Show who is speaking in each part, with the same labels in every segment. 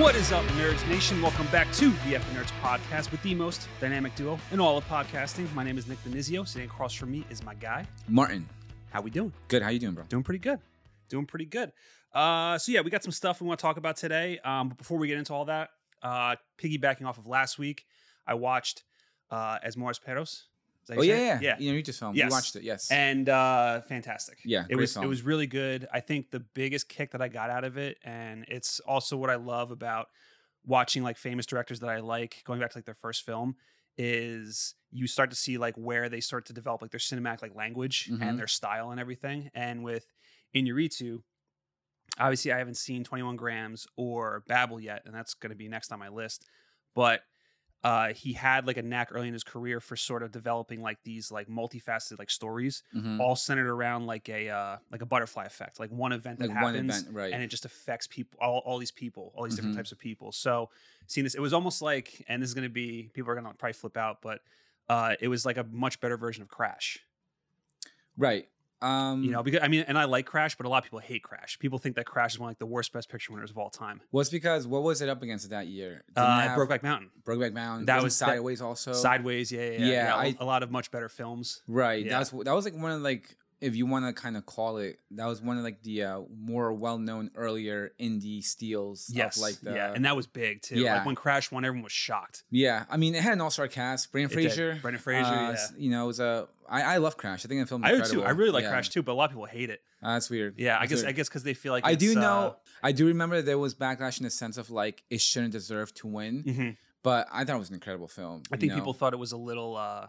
Speaker 1: What is up, Nerds Nation? Welcome back to the F Nerds Podcast with the most dynamic duo in all of podcasting. My name is Nick Benizio. Sitting across from me is my guy.
Speaker 2: Martin,
Speaker 1: How we doing?
Speaker 2: good. How you doing, bro?
Speaker 1: Doing pretty good. Doing pretty good. Uh, so yeah, we got some stuff we want to talk about today. Um, but before we get into all that, uh, piggybacking off of last week, I watched uh, As Morris Perros. Is that how
Speaker 2: Oh
Speaker 1: you
Speaker 2: yeah,
Speaker 1: say it?
Speaker 2: yeah, yeah. You know, you just filmed.
Speaker 1: Yes.
Speaker 2: We watched it. Yes.
Speaker 1: and uh fantastic
Speaker 2: Yeah,
Speaker 1: it
Speaker 2: great
Speaker 1: was it
Speaker 2: film.
Speaker 1: was really good i think the biggest kick that i got out of it and it's also what i love about watching like famous directors that i like going back to like their first film is you start to see like where they start to develop like their cinematic like language
Speaker 2: Mhm.
Speaker 1: and their style and everything and with Inuritu, obviously i haven't seen 21 grams or babel yet and that's going to be next on my list but uh, he had like a knack early in his career for sort of developing like these like multifaceted like stories
Speaker 2: Mhm.
Speaker 1: all centered around like a uh, like a butterfly effect, like one event that
Speaker 2: Like one
Speaker 1: happens
Speaker 2: event, right?
Speaker 1: and it just affects people, all, all these people, all these different
Speaker 2: Mhm.
Speaker 1: types of people. So seeing this, it was almost like, and this is going to be people are going to probably flip out, but uh, it was like a much better version of Crash,
Speaker 2: right. Um,
Speaker 1: you know? Because I mean, and I like Crash, but a lot of people hate Crash. People think that Crash is one of like the worst Best Picture winners of all time.
Speaker 2: well, it's because what was it up against that year? Didn't
Speaker 1: Uh,
Speaker 2: have
Speaker 1: Brokeback Mountain,
Speaker 2: Brokeback Mountain.
Speaker 1: That
Speaker 2: That was
Speaker 1: was- that-
Speaker 2: sideways also.
Speaker 1: Sideways, yeah, yeah, yeah,
Speaker 2: Yeah,
Speaker 1: yeah, a-
Speaker 2: I-
Speaker 1: a lot of much better films.
Speaker 2: Right.
Speaker 1: Yeah.
Speaker 2: That's that was like one of like if you want to kind of call it that was one of like the uh, more well known earlier indie steals. of,
Speaker 1: Yes,
Speaker 2: like the,
Speaker 1: yeah, and that was big too.
Speaker 2: Yeah.
Speaker 1: Like when Crash won, everyone was shocked.
Speaker 2: yeah. I mean, it had an all star cast. Brandon
Speaker 1: It did.
Speaker 2: Fraser.
Speaker 1: Brendan Fraser,
Speaker 2: uh,
Speaker 1: yeah.
Speaker 2: You know, it was a. I, I love Crash. I think the film.
Speaker 1: I do too. I really like
Speaker 2: Yeah.
Speaker 1: Crash too, but a lot of people hate it.
Speaker 2: Uh, that's weird.
Speaker 1: Yeah, I
Speaker 2: That's
Speaker 1: guess
Speaker 2: weird.
Speaker 1: I guess because they feel like
Speaker 2: I
Speaker 1: it's,
Speaker 2: do
Speaker 1: uh,
Speaker 2: know. I do remember there was backlash in the sense of like it shouldn't deserve to win,
Speaker 1: mhm.
Speaker 2: but I thought it was an incredible film.
Speaker 1: I
Speaker 2: you
Speaker 1: think
Speaker 2: know?
Speaker 1: people thought it was a little, uh,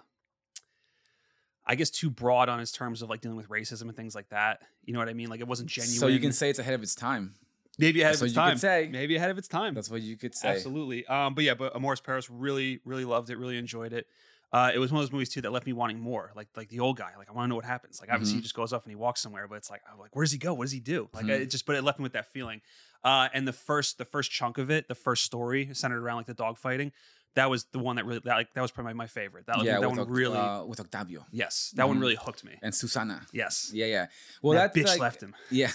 Speaker 1: I guess, too broad on its terms of like dealing with racism and things like that. You know what I mean? Like it wasn't genuine.
Speaker 2: So you can say it's ahead of its time.
Speaker 1: maybe ahead
Speaker 2: that's
Speaker 1: of
Speaker 2: what
Speaker 1: its
Speaker 2: you could
Speaker 1: time.
Speaker 2: say.
Speaker 1: Maybe ahead of its time.
Speaker 2: That's what you could say.
Speaker 1: Absolutely. Um, but yeah, but Amoris Paris really, really loved it. Really enjoyed it. Uh, it was one of those movies too that left me wanting more. Like like the old guy. Like I want to know what happens. Like obviously he
Speaker 2: Mm-hmm.
Speaker 1: just goes off and he walks somewhere, but it's like I'm like where does he go? What does he do? Like
Speaker 2: Mhm.
Speaker 1: it just but it left me with that feeling. Uh, and the first the first chunk of it, the first story centered around like the dog fighting. That was the one that really that, like that was probably my, my favorite. That,
Speaker 2: yeah,
Speaker 1: that
Speaker 2: with
Speaker 1: one
Speaker 2: Oct-
Speaker 1: really
Speaker 2: uh, with Octavio
Speaker 1: yes that one
Speaker 2: mhm.
Speaker 1: really hooked me.
Speaker 2: and Susana.
Speaker 1: Yes.
Speaker 2: Yeah, yeah.
Speaker 1: Well,
Speaker 2: Well,
Speaker 1: that
Speaker 2: that's
Speaker 1: bitch
Speaker 2: like,
Speaker 1: left him.
Speaker 2: Yeah.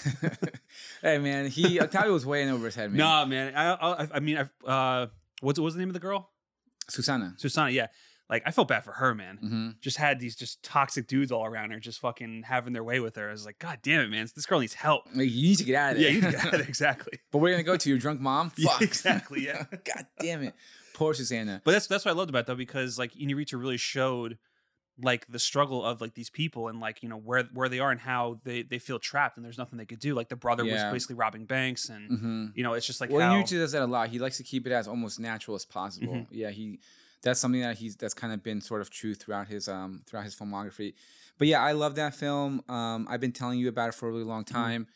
Speaker 2: hey man, he Octavio was way in over his head, man.
Speaker 1: Nah, man. I I, I mean, I, uh, what's what was the name of the girl?
Speaker 2: Susana.
Speaker 1: Susanna. Yeah. Like I felt bad for her, man.
Speaker 2: hmm
Speaker 1: just had these just toxic dudes all around her, just fucking having their way with her. I was like, God damn it, man, this girl needs help.
Speaker 2: Like, you need to get out of
Speaker 1: Yeah,
Speaker 2: there.
Speaker 1: you got it exactly.
Speaker 2: but we're gonna go to your drunk mom.
Speaker 1: Yeah,
Speaker 2: Fuck.
Speaker 1: exactly, yeah.
Speaker 2: God damn it. Poor Susanna.
Speaker 1: But that's that's what I loved about it, though, because like Inuritu really showed like the struggle of like these people and like you know where where they are and how they they feel trapped and there's nothing they could do. Like the brother
Speaker 2: Yeah.
Speaker 1: was basically robbing banks and
Speaker 2: Mm-hmm.
Speaker 1: you know it's just like
Speaker 2: well,
Speaker 1: how,
Speaker 2: Inuichi does that a lot. He likes to keep it as almost natural as possible.
Speaker 1: Mhm.
Speaker 2: Yeah, he that's something that he's that's kind of been sort of true throughout his um throughout his filmography. But yeah, I love that film. Um, I've been telling you about it for a really long
Speaker 1: Mm-hmm.
Speaker 2: time.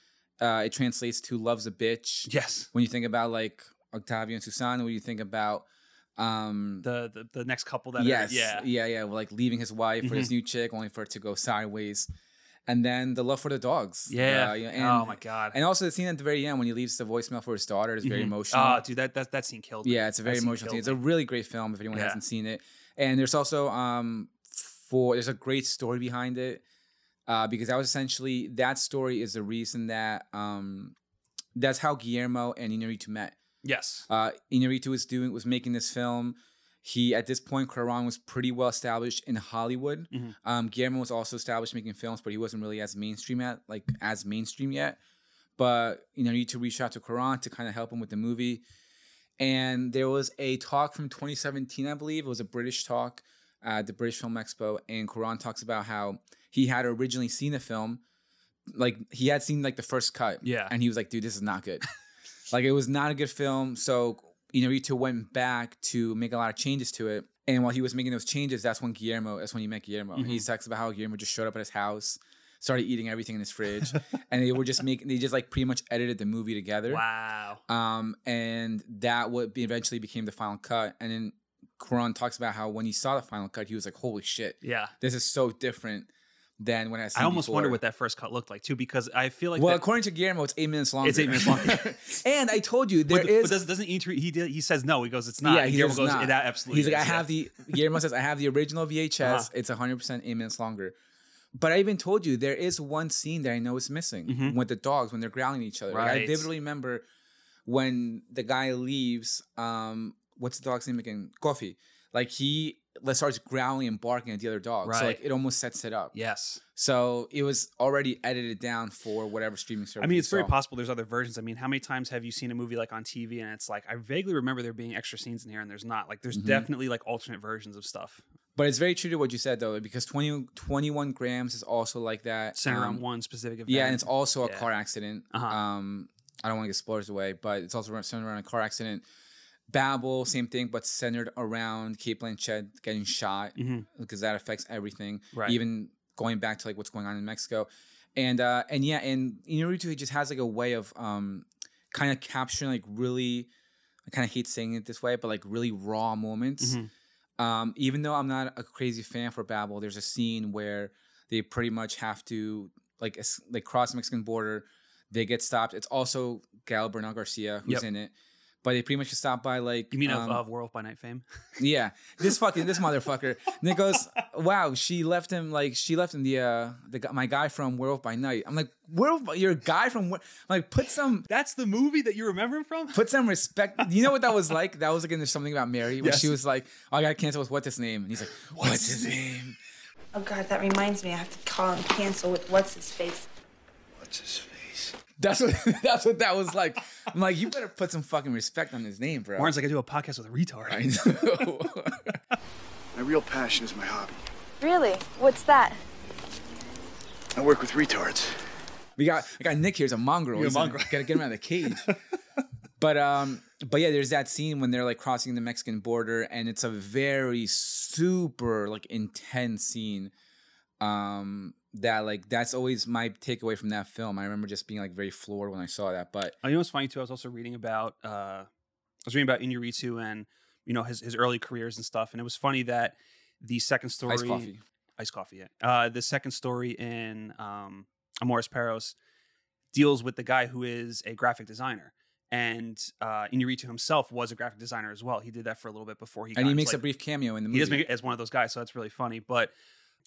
Speaker 2: Uh, it translates to "loves a bitch."
Speaker 1: yes
Speaker 2: When you think about like Octavio and Susana, when you think about um,
Speaker 1: the, the the next couple that are-
Speaker 2: yes,
Speaker 1: yeah Mm-hmm.
Speaker 2: yeah, yeah, like leaving his wife for his new chick, only for it to go sideways, and then the love for the dogs.
Speaker 1: yeah,
Speaker 2: uh, you know,
Speaker 1: oh
Speaker 2: and-
Speaker 1: my god
Speaker 2: And also the scene at the very end when he leaves the voicemail for his daughter is very
Speaker 1: Mhm.
Speaker 2: emotional.
Speaker 1: Ah, dude that that that scene killed me.
Speaker 2: Yeah, it's a
Speaker 1: That
Speaker 2: very
Speaker 1: scene
Speaker 2: emotional
Speaker 1: killed
Speaker 2: scene. It's a really great film if anyone
Speaker 1: Yeah.
Speaker 2: hasn't seen it. And there's also um for there's a great story behind it. Uh, because that was essentially that story is the reason that um that's how Guillermo and Inarritu met.
Speaker 1: yes
Speaker 2: Uh Inarritu was doing was making this film. He at this point Cuarón was pretty well established in Hollywood.
Speaker 1: Mhm.
Speaker 2: Um Guillermo was also established making films, but he wasn't really as mainstream at like as mainstream yet. But you know, Inarritu reached out to Cuarón to kind of help him with the movie and there was a talk from 2017 i believe it was a british talk at the british film expo and Quran talks about how he had originally seen the film like he had seen like the first cut
Speaker 1: Yeah.
Speaker 2: and he was like dude this is not good like it was not a good film so inarritu went back to make a lot of changes to it and while he was making those changes that's when guillermo that's when he met guillermo
Speaker 1: Mhm.
Speaker 2: he talks about how guillermo just showed up at his house started eating everything in his fridge and they were just making they just like pretty much edited the movie together
Speaker 1: wow
Speaker 2: um, and that would be eventually became the final cut. And then Quran talks about how when he saw the final cut, he was like, "Holy shit,
Speaker 1: yeah
Speaker 2: this is so different than when I." Seen
Speaker 1: I almost wonder
Speaker 2: before."
Speaker 1: what that first cut looked like too, because I feel like
Speaker 2: well,
Speaker 1: that-
Speaker 2: according to Guillermo, it's eight minutes long.
Speaker 1: it's eight minutes long.
Speaker 2: and I told you there
Speaker 1: but,
Speaker 2: is.
Speaker 1: the- but does, doesn't E three he did, he says no. He goes it's not.
Speaker 2: Yeah,
Speaker 1: And
Speaker 2: he
Speaker 1: Guillermo
Speaker 2: says
Speaker 1: goes
Speaker 2: not.
Speaker 1: "It a- absolutely.
Speaker 2: He's like, I
Speaker 1: is, yeah."
Speaker 2: have the Guillermo says I have the original VHS.
Speaker 1: Uh-huh.
Speaker 2: It's 100 percent eight minutes longer. But I even told you there is one scene that I know is missing
Speaker 1: Mhm.
Speaker 2: with the dogs when they're growling at each other. Like, I
Speaker 1: Right.
Speaker 2: vividly remember when the guy leaves, um, what's the dog's name again? Coffee. Like he like, starts growling and barking at the other dog. So like
Speaker 1: Right.
Speaker 2: it almost sets it up.
Speaker 1: Yes.
Speaker 2: So it was already edited down for whatever streaming service.
Speaker 1: I mean,
Speaker 2: you
Speaker 1: it's very
Speaker 2: saw.
Speaker 1: possible there's other versions. I mean, how many times have you seen a movie like on TV and it's like, I vaguely remember there being extra scenes in here and there's not. Like, there's
Speaker 2: Mhm.
Speaker 1: definitely like alternate versions of stuff
Speaker 2: But it's very true to what you said though, because 20, 21 grams is also like that.
Speaker 1: centered
Speaker 2: Um,
Speaker 1: around one specific event.
Speaker 2: Yeah, and it's also a
Speaker 1: Yeah.
Speaker 2: car accident.
Speaker 1: Uh-huh.
Speaker 2: Um, I don't want to get spoilers away, but it's also centered around a car accident. Babel, same thing, but centered around Kate Blanchett getting shot
Speaker 1: Mhm.
Speaker 2: because that affects everything.
Speaker 1: right.
Speaker 2: Even going back to like what's going on in Mexico, and uh, and yeah, and Inarritu he just has like a way of um, kind of capturing like really. I kind of hate saying it this way, but like really raw moments.
Speaker 1: Mhm.
Speaker 2: Um, even though I'm not a crazy fan for Babel, there's a scene where they pretty much have to like es- like cross the Mexican border. They get stopped. It's also Gal Bernal Garcia who's
Speaker 1: Yep.
Speaker 2: in it, but they pretty much get stopped by like
Speaker 1: You mean
Speaker 2: um,
Speaker 1: of, of Werewolf by Night fame?
Speaker 2: yeah this fucking this motherfucker. And it goes, wow, she left him like she left him the uh the gu- my guy from Werewolf by Night. I'm like Werewolf, by- you're a guy from Were-" I'm like put some.
Speaker 1: That's the movie that you remember him from?
Speaker 2: Put some respect. You know what that was like? That was like in There's something about Mary when she
Speaker 1: Yes.
Speaker 2: was like, "Oh, I got canceled with what's his name," and he's like, "What's his name?"
Speaker 3: Oh God, that reminds me. I have to call and cancel with what's his face.
Speaker 4: What's his face?
Speaker 2: That's what that's what that was like. I'm like, you better put some fucking respect on his name, bro.
Speaker 1: Warren's like, I do a podcast with a retard.
Speaker 2: I know.
Speaker 4: My real passion is my hobby.
Speaker 3: Really? What's that?
Speaker 4: I work with retards.
Speaker 2: we got I got Nick here. He's a mongrel.
Speaker 1: You're a
Speaker 2: He's in-
Speaker 1: mongrel.
Speaker 2: Gotta get him out of the cage. but um, but yeah, there's that scene when they're like crossing the Mexican border, and it's a very super like intense scene. Um, that like that's always my takeaway from that film. I remember just being like very floored when I saw that. But
Speaker 1: Uh, you know what's funny too? I was also reading about uh, I was reading about Inuritu and you know his his early careers and stuff, and it was funny that the second story,
Speaker 2: iced coffee.
Speaker 1: Ice Coffee, yeah, uh, the second story in um, Amoris Perros deals with the guy who is a graphic designer. And uh, Inuritu himself was a graphic designer as well. He did that for a little bit before he got
Speaker 2: And he
Speaker 1: into,
Speaker 2: makes
Speaker 1: like,
Speaker 2: a brief cameo in the
Speaker 1: he
Speaker 2: movie.
Speaker 1: does make it as one of those guys, so that's really funny. But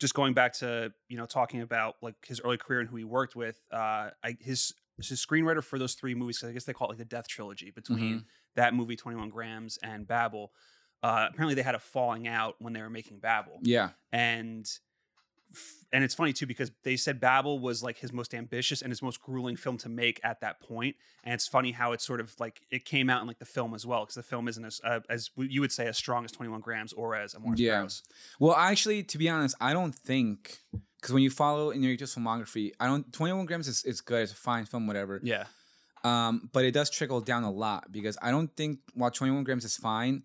Speaker 1: just going back to you know talking about like his early career and who he worked with, uh, I, his his screenwriter for those three movies, 'cause I guess they call it like the Death Trilogy between
Speaker 2: Mm-hmm.
Speaker 1: that movie Twenty One Grams and Babel. Uh, apparently, they had a falling out when they were making Babel,
Speaker 2: yeah.
Speaker 1: and f- and it's funny too because they said Babel was like his most ambitious and his most grueling film to make at that point, and it's funny how it's sort of like it came out in like the film as well because the film isn't as uh, as you would say as strong as Twenty One Grams or as Amoris
Speaker 2: Yeah.
Speaker 1: Perros.
Speaker 2: Well, actually, to be honest, I don't think because when you follow Inarritu's filmography, I don't. Twenty One Grams is, is good. It's a fine film, whatever.
Speaker 1: Yeah,
Speaker 2: Um, but it does trickle down a lot because I don't think while Twenty One Grams is fine,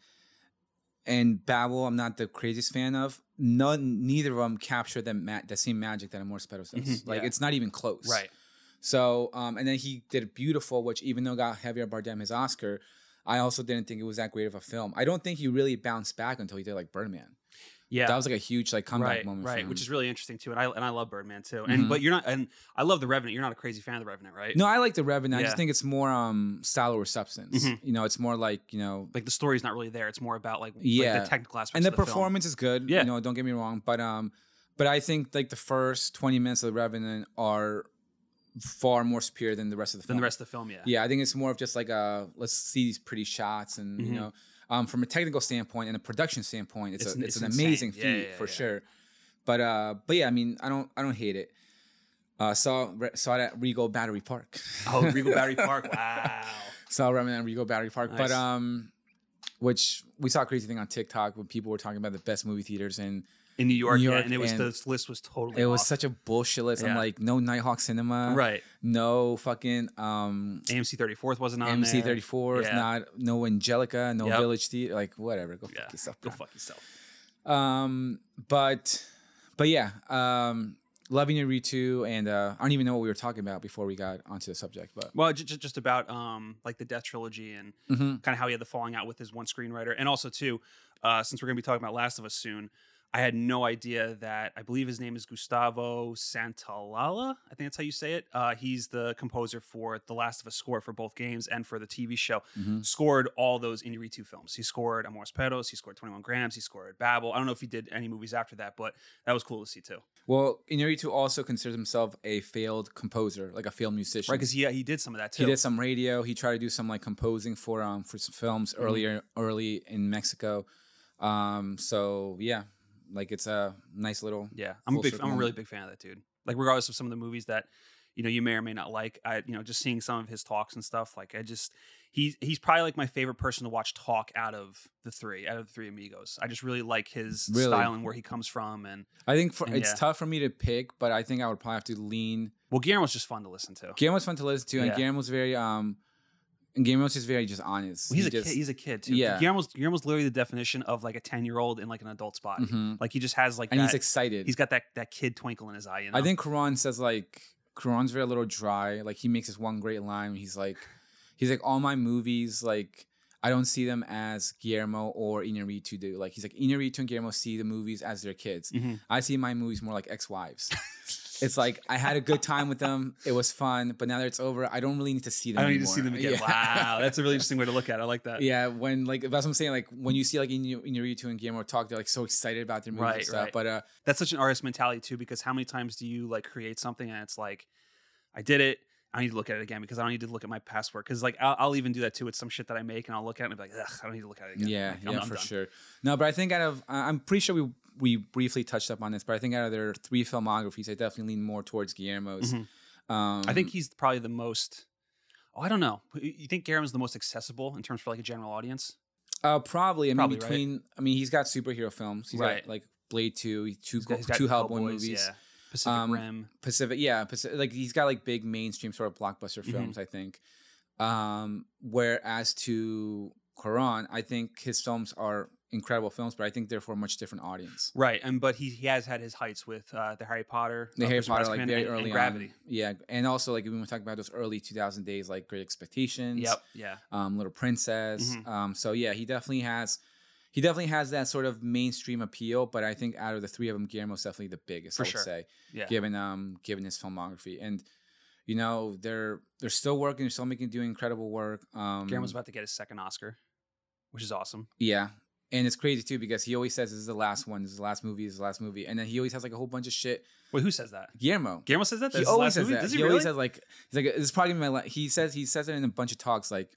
Speaker 2: and Babel, I'm not the craziest fan of. None, neither of them capture that ma- that same magic that Amor Perros does.
Speaker 1: Mhm,
Speaker 2: like
Speaker 1: yeah.
Speaker 2: it's not even close.
Speaker 1: right.
Speaker 2: So, um, and then he did Beautiful, which even though got Javier Bardem his Oscar, I also didn't think it was that great of a film. I don't think he really bounced back until he did like Birdman.
Speaker 1: Yeah,
Speaker 2: That was like a huge like comeback
Speaker 1: right,
Speaker 2: moment. for
Speaker 1: right,
Speaker 2: him.
Speaker 1: which is really interesting too. And I and I love Birdman too. And
Speaker 2: Mhm.
Speaker 1: but you're not, and I love the Revenant. You're not a crazy fan of the Revenant, right?
Speaker 2: No, I like the Revenant. I just
Speaker 1: Yeah.
Speaker 2: think it's more um style over substance.
Speaker 1: Mhm.
Speaker 2: You know, it's more like you know,
Speaker 1: like the story's not really there. It's more about like, like,
Speaker 2: Yeah.
Speaker 1: the technical aspects
Speaker 2: and the
Speaker 1: of the film.
Speaker 2: performance is good.
Speaker 1: Yeah.
Speaker 2: you know, don't get me wrong, but um, but I think like the first twenty minutes of the Revenant are far more superior than the rest of the
Speaker 1: than
Speaker 2: film.
Speaker 1: the rest of the film. Yeah,
Speaker 2: Yeah, I think it's more of just like a let's see these pretty shots, and you
Speaker 1: Mhm.
Speaker 2: know, um, from a technical standpoint and a production standpoint, it's
Speaker 1: It's
Speaker 2: a,
Speaker 1: n-
Speaker 2: it's,
Speaker 1: it's
Speaker 2: an amazing feat
Speaker 1: insane. Yeah, yeah,
Speaker 2: for
Speaker 1: yeah.
Speaker 2: sure. But uh, but yeah, I mean, I don't I don't hate it. Uh, saw re- saw it at Regal Battery Park.
Speaker 1: Oh, Regal Battery Park. Wow.
Speaker 2: saw Revenant at Regal Battery Park.
Speaker 1: Nice.
Speaker 2: But um, which we saw a crazy thing on TikTok when people were talking about the best movie theaters, and
Speaker 1: In New York,
Speaker 2: New
Speaker 1: yeah,
Speaker 2: York
Speaker 1: and it was
Speaker 2: and-
Speaker 1: this list was totally.
Speaker 2: it was
Speaker 1: off.
Speaker 2: such a bullshit list. I'm
Speaker 1: Yeah.
Speaker 2: like, no Nighthawk Cinema,
Speaker 1: right.
Speaker 2: No fucking um.
Speaker 1: AMC 34th wasn't on
Speaker 2: MC
Speaker 1: there.
Speaker 2: thirty four,
Speaker 1: Yeah.
Speaker 2: not no Angelica, no
Speaker 1: Yep.
Speaker 2: Village Theater, like whatever. Go
Speaker 1: Yeah.
Speaker 2: fuck yourself.
Speaker 1: Go
Speaker 2: bro.
Speaker 1: fuck yourself.
Speaker 2: Um, but but yeah, um, loving you, Ritu, and uh, I don't even know what we were talking about before we got onto the subject, but
Speaker 1: Well, just, just about um like the Death trilogy and
Speaker 2: Mhm.
Speaker 1: kind of how he had the falling out with his one screenwriter, and also too, uh, since we're gonna be talking about Last of Us soon, I had no idea that I believe his name is Gustavo Santalala. I think that's how you say it. Uh, he's the composer for the Last of Us score for both games and for the TV show.
Speaker 2: Mhm.
Speaker 1: Scored all those Inuyasha films. He scored Amores Perros. He scored Twenty One Grams. He scored Babel. I don't know if he did any movies after that, but that was cool to see too.
Speaker 2: Well, Inarritu also considers himself a failed composer, like a failed musician.
Speaker 1: Right? Because he he did some of that too.
Speaker 2: he did some radio. He tried to do some like composing for um for some films
Speaker 1: Mm-hmm.
Speaker 2: earlier early in Mexico. Um, so yeah, like it's a nice little
Speaker 1: Yeah, I'm a
Speaker 2: full
Speaker 1: big,
Speaker 2: circle
Speaker 1: I'm a
Speaker 2: moment.
Speaker 1: really big fan of that dude. Like regardless of some of the movies that you know you may or may not like, I you know just seeing some of his talks and stuff. Like I just he's he's probably like my favorite person to watch talk out of the three out of the three amigos. I just really like his
Speaker 2: Really?
Speaker 1: style and where he comes from. And
Speaker 2: I think for it's
Speaker 1: Yeah.
Speaker 2: tough for me to pick, but I think I would probably have to lean.
Speaker 1: well, Guillermo's just fun to listen to.
Speaker 2: Guillermo's fun to listen to, and
Speaker 1: Yeah.
Speaker 2: Guillermo's very um, and Guillermo's just very just honest.
Speaker 1: Well, he's
Speaker 2: He
Speaker 1: a
Speaker 2: just,
Speaker 1: kid. He's a kid too.
Speaker 2: yeah.
Speaker 1: Guillermo's Guillermo's literally the definition of like a ten year old in like an adult's body.
Speaker 2: Mhm.
Speaker 1: Like he just has like
Speaker 2: and
Speaker 1: that,
Speaker 2: he's excited.
Speaker 1: he's got that that kid twinkle in his eye. You know?
Speaker 2: I think Karan says like Karan's very little dry. Like he makes this one great line. He's like, he's like all my movies like I don't see them as Guillermo or Inarritu do. Like he's like Inarritu and Guillermo see the movies as their kids.
Speaker 1: Mhm.
Speaker 2: I see my movies more like ex-wives. it's like I had a good time with them. It was fun, but now that it's over, I don't really need to see them.
Speaker 1: I don't need to
Speaker 2: anymore.
Speaker 1: see them again.
Speaker 2: Yeah.
Speaker 1: Wow, that's a really interesting way to look at it. I like that.
Speaker 2: Yeah, when like that's what I'm saying. Like when you see like Inu- Inarritu and Guillermo talk, they're like so excited about their movies and
Speaker 1: Right,
Speaker 2: stuff.
Speaker 1: right.
Speaker 2: But uh,
Speaker 1: that's such an artist mentality too because how many times do you like create something and it's like i did it i need to look at it again because i don't need to look at my past work because like I'll, I'll even do that too with some shit that i make and i'll look at it and be like Ugh, i don't need to look at it again
Speaker 2: Yeah,
Speaker 1: Like,
Speaker 2: yeah, for sure. No, but I think out of I- I'm pretty sure we we briefly touched up on this, but I think out of their three filmographies, I definitely lean more towards Guillermo's.
Speaker 1: Mhm.
Speaker 2: Um,
Speaker 1: i think he's probably the most oh i don't know You- you think Garam's the most accessible in terms for like a general audience
Speaker 2: uh, probably. I mean,
Speaker 1: Probably, right?
Speaker 2: between I mean, he's got superhero films. He's
Speaker 1: Right.
Speaker 2: got like Blade Two, he- two
Speaker 1: He's got-
Speaker 2: go-
Speaker 1: he's got
Speaker 2: two Hellboy
Speaker 1: Hellboys,
Speaker 2: movies,
Speaker 1: yeah. pacific
Speaker 2: Um,
Speaker 1: rim
Speaker 2: Pacific. Yeah, Pacific, like he's got like big mainstream sort of blockbuster
Speaker 1: Mhm.
Speaker 2: films. I think. Um, whereas to Quran, I think his films are incredible films, but I think they're for a much different audience.
Speaker 1: right and but he, he has had his heights with uh, the harry potter
Speaker 2: the
Speaker 1: uh,
Speaker 2: Harry
Speaker 1: Prisoner of
Speaker 2: Potter like
Speaker 1: Azkaban,
Speaker 2: very
Speaker 1: and- and
Speaker 2: early on.
Speaker 1: gravity
Speaker 2: Yeah, and also like we were talking about those early 2000 days like Great Expectations,
Speaker 1: yep yeah
Speaker 2: um, Little Princess.
Speaker 1: Mhm.
Speaker 2: Um, so yeah, he definitely has he definitely has that sort of mainstream appeal. But I think out of the three of them, Guillermo's definitely the biggest.
Speaker 1: For
Speaker 2: I would
Speaker 1: sure.
Speaker 2: say,
Speaker 1: yeah
Speaker 2: given um given his filmography and. You know they're they're still working, they're still making doing incredible work. Um,
Speaker 1: Guillermo's about to get his second oscar which is awesome
Speaker 2: yeah, and it's crazy too because he always says this is the last one, this is the last movie, this is the last movie, and then he always has like a whole bunch of shit.
Speaker 1: wait who says that
Speaker 2: Guillermo,
Speaker 1: Guillermo says that.
Speaker 2: he
Speaker 1: That's his
Speaker 2: always
Speaker 1: last
Speaker 2: says
Speaker 1: movie?
Speaker 2: that.
Speaker 1: Does
Speaker 2: He,
Speaker 1: he,
Speaker 2: always
Speaker 1: really?
Speaker 2: says like he's like this is probably gonna be my la-. he says he says it in a bunch of talks like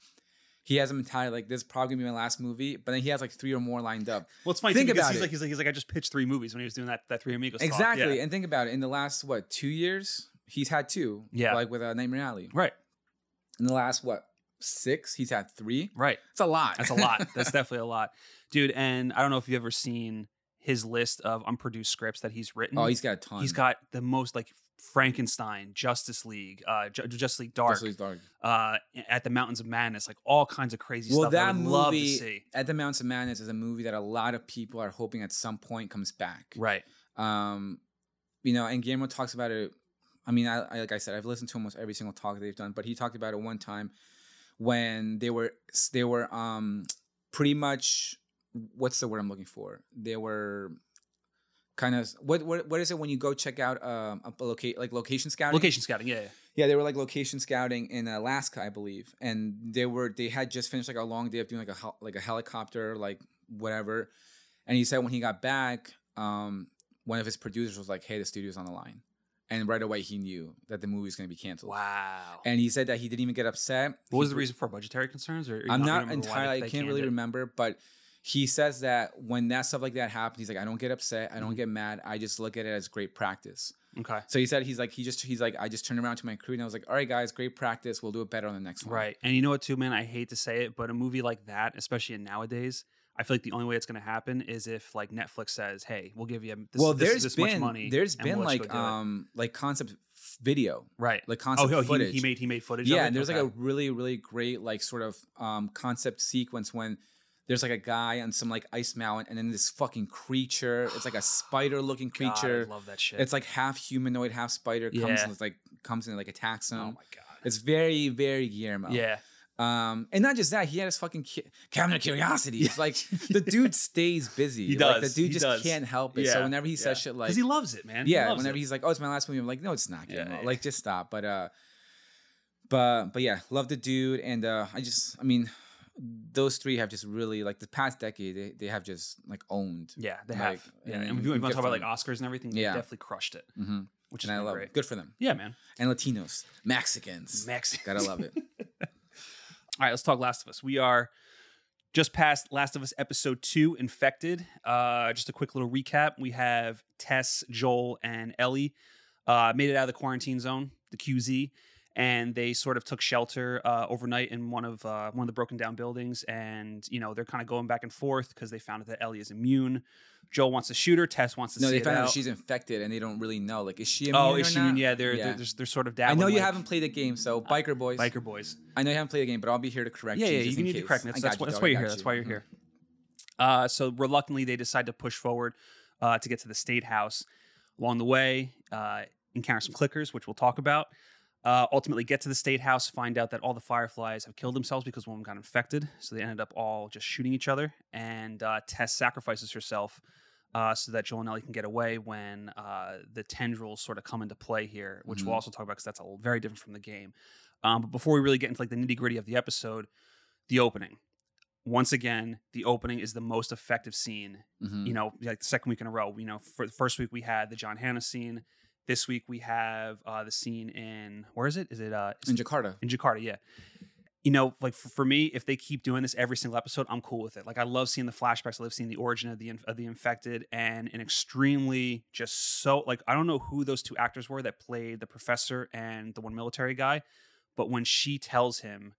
Speaker 2: he has a mentality like this is probably gonna be my last movie, but then he has like three or more lined up.
Speaker 1: well, it's funny.
Speaker 2: think
Speaker 1: too, because
Speaker 2: about
Speaker 1: he's
Speaker 2: it.
Speaker 1: like he's like he's like I just pitched three movies when he was doing that that Three Amigos. talk.
Speaker 2: exactly,
Speaker 1: Yeah.
Speaker 2: and think about it. In the last what two years, he's had two.
Speaker 1: Yeah.
Speaker 2: like with uh, Nightmare Alley.
Speaker 1: Right.
Speaker 2: In the last what six, he's had three.
Speaker 1: Right.
Speaker 2: It's a lot.
Speaker 1: That's a lot. Mm-hmm. That's definitely a lot, dude. And I don't know if you've ever seen his list of unproduced scripts that he's written.
Speaker 2: oh, he's got a ton.
Speaker 1: he's got the most like Frankenstein, Justice League, uh, Ju- Justice League Dark,
Speaker 2: Justice League Dark.
Speaker 1: uh, at the Mountains of Madness, like all kinds of crazy
Speaker 2: Well,
Speaker 1: stuff. I
Speaker 2: that
Speaker 1: would love to
Speaker 2: movie-
Speaker 1: see.
Speaker 2: At the Mountains of Madness is a movie that a lot of people are hoping at some point comes back.
Speaker 1: Right.
Speaker 2: um you know and guillermo talks about it i mean I, I like i said i've listened to almost every single talk they've done but he talked about it one time when they were they were um pretty much what's the word i'm looking for they were kind of what what, what is it when you go check out um a locate like location scouting
Speaker 1: Location scouting. Yeah. yeah.
Speaker 2: yeah, they were like location scouting in Alaska, I believe, and they were they had just finished like a long day of doing like a hel- like a helicopter, like whatever. And he said when he got back, um, one of his producers was like, "Hey, the studio's on the line," and right away he knew that the movie was going to be canceled.
Speaker 1: Wow.
Speaker 2: And he said that he didn't even get upset.
Speaker 1: what was
Speaker 2: He-
Speaker 1: the reason for budgetary concerns? Or or you
Speaker 2: I'm
Speaker 1: don't
Speaker 2: not
Speaker 1: remember why
Speaker 2: entirely.
Speaker 1: they
Speaker 2: I can't really
Speaker 1: canned it?
Speaker 2: remember, but he says that when that stuff like that happens, he's like, "I don't get upset. I
Speaker 1: Mm-hmm.
Speaker 2: don't get mad. I just look at it as great practice."
Speaker 1: Okay.
Speaker 2: So he said he's like he just he's like I just turned around to my crew and I was like, all right guys, great practice. We'll do it better on the next one.
Speaker 1: Right. And you know what, too, man? I hate to say it, but a movie like that, especially in nowadays, I feel like the only way it's going to happen is if like Netflix says, "Hey, we'll give you this,
Speaker 2: well,
Speaker 1: this,
Speaker 2: there's
Speaker 1: this
Speaker 2: been
Speaker 1: much money."
Speaker 2: there's
Speaker 1: and
Speaker 2: been
Speaker 1: we'll just go
Speaker 2: like
Speaker 1: do it."
Speaker 2: um like concept f- video
Speaker 1: right.
Speaker 2: like
Speaker 1: oh,
Speaker 2: concept
Speaker 1: he- oh, he,
Speaker 2: footage.
Speaker 1: he made he made footage.
Speaker 2: yeah,
Speaker 1: of it?
Speaker 2: and there's like a
Speaker 1: Okay.
Speaker 2: really really great like sort of um concept sequence when there's like a guy on some like ice mountain and then this fucking creature. It's like a spider looking
Speaker 1: God, I
Speaker 2: creature.
Speaker 1: love that shit.
Speaker 2: it's like half humanoid, half spider comes
Speaker 1: Yeah.
Speaker 2: um, and it's like comes and like attacks him.
Speaker 1: oh my god.
Speaker 2: It's very very Guillermo.
Speaker 1: Yeah.
Speaker 2: Um, and not just that, he had his fucking ki- cabinet of curiosities. Like the dude stays busy.
Speaker 1: He
Speaker 2: Like,
Speaker 1: does.
Speaker 2: the dude
Speaker 1: He
Speaker 2: just
Speaker 1: does.
Speaker 2: can't help it.
Speaker 1: Yeah.
Speaker 2: So whenever he says
Speaker 1: Yeah.
Speaker 2: shit
Speaker 1: 'Cause
Speaker 2: like,
Speaker 1: he loves it, man. He
Speaker 2: yeah,
Speaker 1: loves
Speaker 2: whenever
Speaker 1: it.
Speaker 2: he's like, oh, it's my last movie. I'm like, no, it's not.
Speaker 1: Yeah,
Speaker 2: Guillermo.
Speaker 1: yeah.
Speaker 2: Like just stop. But uh, but but yeah, love the dude. And uh, I just, I mean, those three have just really like the past decade. They, they have just like owned.
Speaker 1: yeah, they
Speaker 2: like,
Speaker 1: have. Yeah,
Speaker 2: I
Speaker 1: and
Speaker 2: mean,
Speaker 1: if you want
Speaker 2: good
Speaker 1: to talk about
Speaker 2: for
Speaker 1: like
Speaker 2: them.
Speaker 1: Oscars and everything,
Speaker 2: Yeah.
Speaker 1: they definitely crushed it,
Speaker 2: hmm
Speaker 1: which is
Speaker 2: And I love
Speaker 1: great.
Speaker 2: it. Good for them.
Speaker 1: Yeah, man.
Speaker 2: And Latinos, Mexicans.
Speaker 1: Max,
Speaker 2: Gotta love it.
Speaker 1: All right, let's talk Last of Us. We are just past Last of Us episode two, Infected. Uh, just a quick little recap. We have Tess, Joel, and Ellie uh, made it out of the quarantine zone, the QZ, and they sort of took shelter uh, overnight in one of uh, one of the broken down buildings. And you know they're kind of going back and forth because they found out that Ellie is immune. Joel wants to shoot her. Tess wants to.
Speaker 2: No,
Speaker 1: see
Speaker 2: they
Speaker 1: it
Speaker 2: found out
Speaker 1: out.
Speaker 2: she's infected, and they don't really know. Like, is she immune
Speaker 1: Oh,
Speaker 2: or
Speaker 1: is she?
Speaker 2: not?
Speaker 1: immune? Yeah, they're, they're they're they're sort of dabbling.
Speaker 2: I know you
Speaker 1: like, Uh,
Speaker 2: haven't played the game, so biker boys.
Speaker 1: biker boys.
Speaker 2: I know you haven't played the game, but I'll be here to correct
Speaker 1: yeah,
Speaker 2: you.
Speaker 1: yeah,
Speaker 2: just
Speaker 1: you
Speaker 2: in
Speaker 1: need to
Speaker 2: case.
Speaker 1: correct me.
Speaker 2: I
Speaker 1: That's,
Speaker 2: got
Speaker 1: that's,
Speaker 2: you,
Speaker 1: why, that's
Speaker 2: dog,
Speaker 1: why
Speaker 2: I
Speaker 1: you're here.
Speaker 2: got
Speaker 1: That's
Speaker 2: you. Mm-hmm.
Speaker 1: why you're here. Uh, so reluctantly, they decide to push forward uh, to get to the state house. Along the way, uh, encounter some clickers, which we'll talk about. Uh, ultimately, get to the state house, find out that all the fireflies have killed themselves because one of them got infected. So they ended up all just shooting each other. And uh, Tess sacrifices herself uh, so that Joel and Ellie can get away when uh, the tendrils sort of come into play here, which
Speaker 2: Mhm.
Speaker 1: we'll also talk about because that's a, very different from the game. Um, but before we really get into like the nitty gritty of the episode, the opening. Once again, the opening is the most effective scene.
Speaker 2: Mhm.
Speaker 1: You know, like the second week in a row. You know, for the first week we had the John Hannah scene. This week we have uh, the scene in where is it? Is it uh, is
Speaker 2: in
Speaker 1: it-
Speaker 2: Jakarta.
Speaker 1: in Jakarta? Yeah. You know, like for, for me, if they keep doing this every single episode, I'm cool with it. Like I love seeing the flashbacks. I love seeing the origin of the inf- of the infected and an extremely just so like I don't know who those two actors were that played the professor and the one military guy, but when she tells him,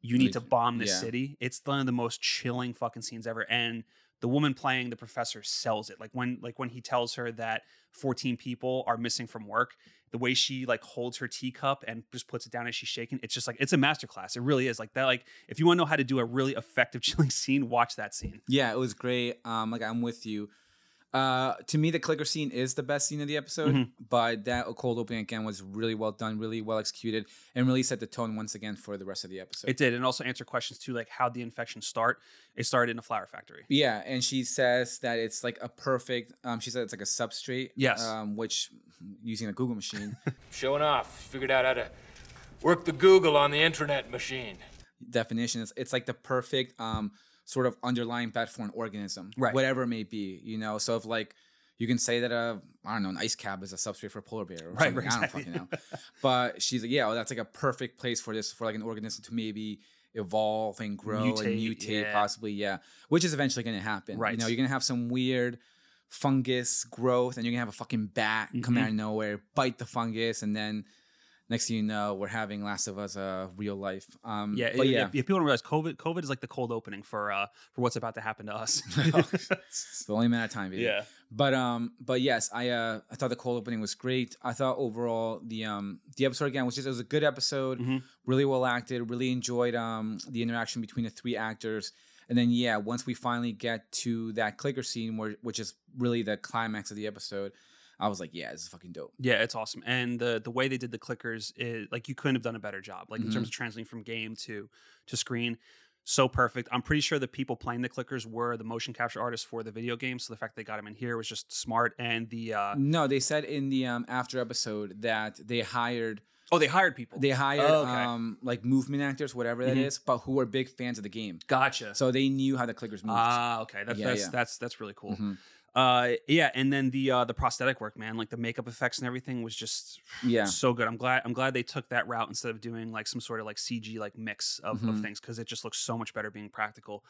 Speaker 1: "You need to
Speaker 2: Like,
Speaker 1: bomb this
Speaker 2: yeah.
Speaker 1: city," it's one of the most chilling fucking scenes ever. And the woman playing the professor sells it. Like when like when he tells her that 14 people are missing from work, the way she like holds her teacup and just puts it down as she's shaking, it's just like it's a masterclass. It really is. Like that like if you want to know how to do a really effective chilling scene, watch that scene.
Speaker 2: Yeah, it was great. Um, like I'm with you. Uh, to me, the clicker scene is the best scene of the episode,
Speaker 1: Mhm.
Speaker 2: but that cold opening again was really well done, really well executed, and really set the tone once again for the rest of the episode.
Speaker 1: It did and also answer questions too like how the infection start. It started in a flower factory.
Speaker 2: Yeah, and she says that it's like a perfect. Um, she said it's like a substrate.
Speaker 1: Yes.
Speaker 2: Um, which using a Google machine
Speaker 5: Showing off. Figured out how to work the Google on the internet machine.
Speaker 2: definition, it's, it's like the perfect um sort of underlying bed for an organism,
Speaker 1: Right.
Speaker 2: Whatever it may be, you know. So if like you can say that a I don't know an ice cab is a substrate for a polar bear, or
Speaker 1: Right,
Speaker 2: something.
Speaker 1: right,
Speaker 2: I don't
Speaker 1: exactly.
Speaker 2: fucking know. but she's like, yeah, well, that's like a perfect place for this for like an organism to maybe evolve and grow and
Speaker 1: Mutate,
Speaker 2: mutate
Speaker 1: yeah.
Speaker 2: possibly, yeah, which is eventually going to happen. You
Speaker 1: Right.
Speaker 2: know, you're gonna have some weird fungus growth, and you're gonna have a fucking bat
Speaker 1: Mm-hmm.
Speaker 2: come out of nowhere, bite the fungus, and then next thing you know, we're having Last of Us uh, real life. Um,
Speaker 1: Yeah,
Speaker 2: but
Speaker 1: it-
Speaker 2: yeah,
Speaker 1: If, if people don't realize COVID, COVID is like the cold opening for uh for what's about to happen to us.
Speaker 2: it's the only amount of time. Baby.
Speaker 1: yeah,
Speaker 2: But um, but yes, I uh, I thought the cold opening was great. I thought overall the um the episode again was just it was a good episode,
Speaker 1: Mhm.
Speaker 2: really well acted. Really enjoyed um the interaction between the three actors. And then yeah, once we finally get to that clicker scene, where which is really the climax of the episode, I was like, yeah, this is fucking dope.
Speaker 1: yeah, it's awesome. And the the way they did the clickers is like you couldn't have done a better job. Like in
Speaker 2: Mhm.
Speaker 1: terms of translating from game to to screen, so perfect. I'm pretty sure the people playing the clickers were the motion capture artists for the video game. So the fact they got them in here was just smart. And the uh
Speaker 2: No, they said in the um after episode that they hired
Speaker 1: oh, they hired people.
Speaker 2: they hired
Speaker 1: Oh, okay.
Speaker 2: um like movement actors, whatever that is,
Speaker 1: Mhm.
Speaker 2: but who were big fans of the game,
Speaker 1: gotcha.
Speaker 2: so they knew how the clickers moved.
Speaker 1: ah, okay, that's
Speaker 2: Yeah,
Speaker 1: that's,
Speaker 2: yeah.
Speaker 1: that's that's really cool.
Speaker 2: Mhm.
Speaker 1: Uh, yeah, and then the uh the prosthetic work, man, like the makeup effects and everything was just
Speaker 2: Yeah.
Speaker 1: so good. I'm glad I'm glad they took that route instead of doing like some sort of like CG like mix of, of
Speaker 2: Mhm.
Speaker 1: things because it just looks so much better being practical.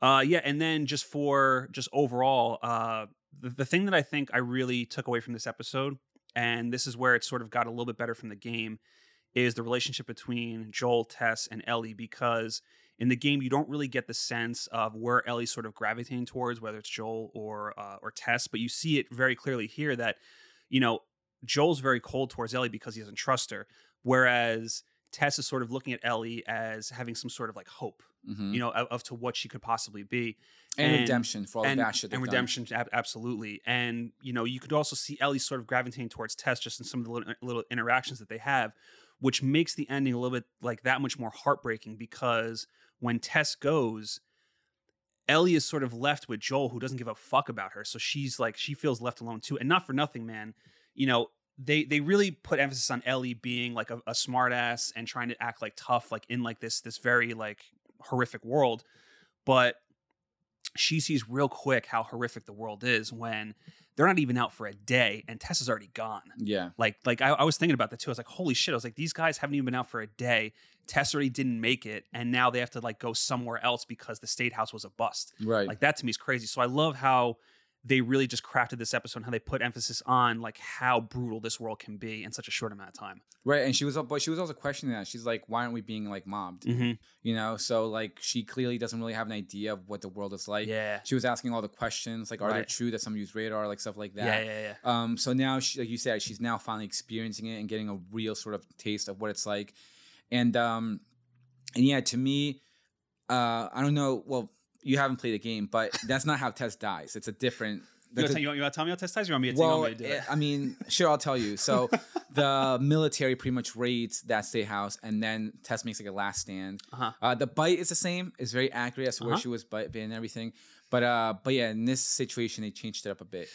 Speaker 1: Uh, yeah, and then just for just overall, uh, the, the thing that I think I really took away from this episode, and this is where it sort of got a little bit better from the game, is the relationship between Joel, Tess, and Ellie because in the game you don't really get the sense of where Ellie's sort of gravitating towards, whether it's Joel or uh, or Tess, but you see it very clearly here that you know Joel's very cold towards Ellie because he doesn't trust her, whereas Tess is sort of looking at Ellie as having some sort of like hope,
Speaker 2: Mhm.
Speaker 1: you know, of, of to what she could possibly be
Speaker 2: and,
Speaker 1: and-
Speaker 2: redemption for all
Speaker 1: and,
Speaker 2: the bad shit.
Speaker 1: and
Speaker 2: they've done.
Speaker 1: redemption ab- absolutely and you know you could also see ellie sort of gravitating towards tess just in some of the little, little interactions that they have which makes the ending a little bit like that much more heartbreaking because when Tess goes, Ellie is sort of left with Joel, who doesn't give a fuck about her. So she's like, she feels left alone too. And not for nothing, man. You know, they they really put emphasis on Ellie being like a, a smart ass and trying to act like tough, like in like this this very like horrific world. But she sees real quick how horrific the world is when they're not even out for a day and Tess is already gone.
Speaker 2: Yeah.
Speaker 1: Like, like I, I was thinking about that too. I was like, holy shit. I was like, these guys haven't even been out for a day. Tess already didn't make it, and now they have to like go somewhere else because the state house was a bust.
Speaker 2: Right.
Speaker 1: Like that to me is crazy. So I love how they really just crafted this episode and how they put emphasis on like how brutal this world can be in such a short amount of time.
Speaker 2: right. And she was, al- but she was also questioning that. She's like, why aren't we being like mobbed?
Speaker 1: Mm.
Speaker 2: You know. So like, she clearly doesn't really have an idea of what the world is like.
Speaker 1: Yeah.
Speaker 2: She was asking all the questions, like, are they
Speaker 1: Right.
Speaker 2: true that some use radar, like stuff like that.
Speaker 1: Yeah, yeah, yeah.
Speaker 2: Um, so now, she, like you said, she's now finally experiencing it and getting a real sort of taste of what it's like. And um, and yeah, to me, uh, I don't know. Well, you haven't played the game, but that's not how Tess dies. It's a different.
Speaker 1: You
Speaker 2: that's
Speaker 1: want,
Speaker 2: a-
Speaker 1: to, you, want, you want to tell me how Tess dies? or You want me to, you
Speaker 2: well,
Speaker 1: want me to do
Speaker 2: eh,
Speaker 1: it?
Speaker 2: I mean, sure, I'll tell you. So the military pretty much raids that state house, and then Tess makes like a last stand.
Speaker 1: Uh-huh.
Speaker 2: Uh, the bite is the same; it's very accurate as to where
Speaker 1: Uh-huh.
Speaker 2: she was bit bit and everything. But uh, but yeah, in this situation, they changed it up a bit.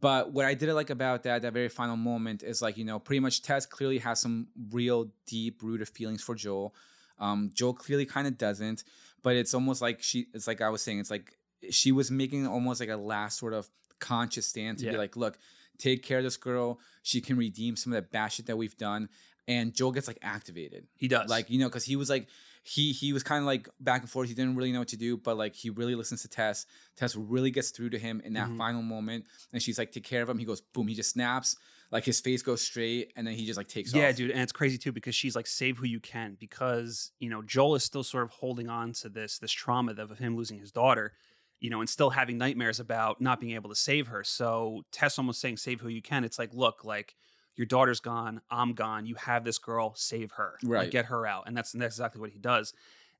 Speaker 2: But what I did like about that that very final moment is like you know pretty much Tess clearly has some real deep rooted feelings for Joel. Um, Joel clearly kind of doesn't, but it's almost like she. It's like I was saying. It's like she was making almost like a last sort of conscious stand to be
Speaker 1: Yeah.
Speaker 2: like, look, take care of this girl. She can redeem some of that bad shit that we've done. And Joel gets like activated.
Speaker 1: He does.
Speaker 2: Like, you know, because he was like, he he was kind of like back and forth. He didn't really know what to do, but like he really listens to Tess. Tess really gets through to him in that
Speaker 1: Mm-hmm.
Speaker 2: final moment. And she's like, take care of him. He goes, boom, he just snaps. Like his face goes straight, and then he just like takes off.
Speaker 1: Yeah, dude, and it's crazy too because she's like, save who you can, because you know Joel is still sort of holding on to this this trauma of of him losing his daughter, you know, and still having nightmares about not being able to save her. So Tess almost saying, save who you can. It's like, look, like your daughter's gone, I'm gone. You have this girl, save her, Like,
Speaker 2: Right.
Speaker 1: get her out, and that's and that's exactly what he does.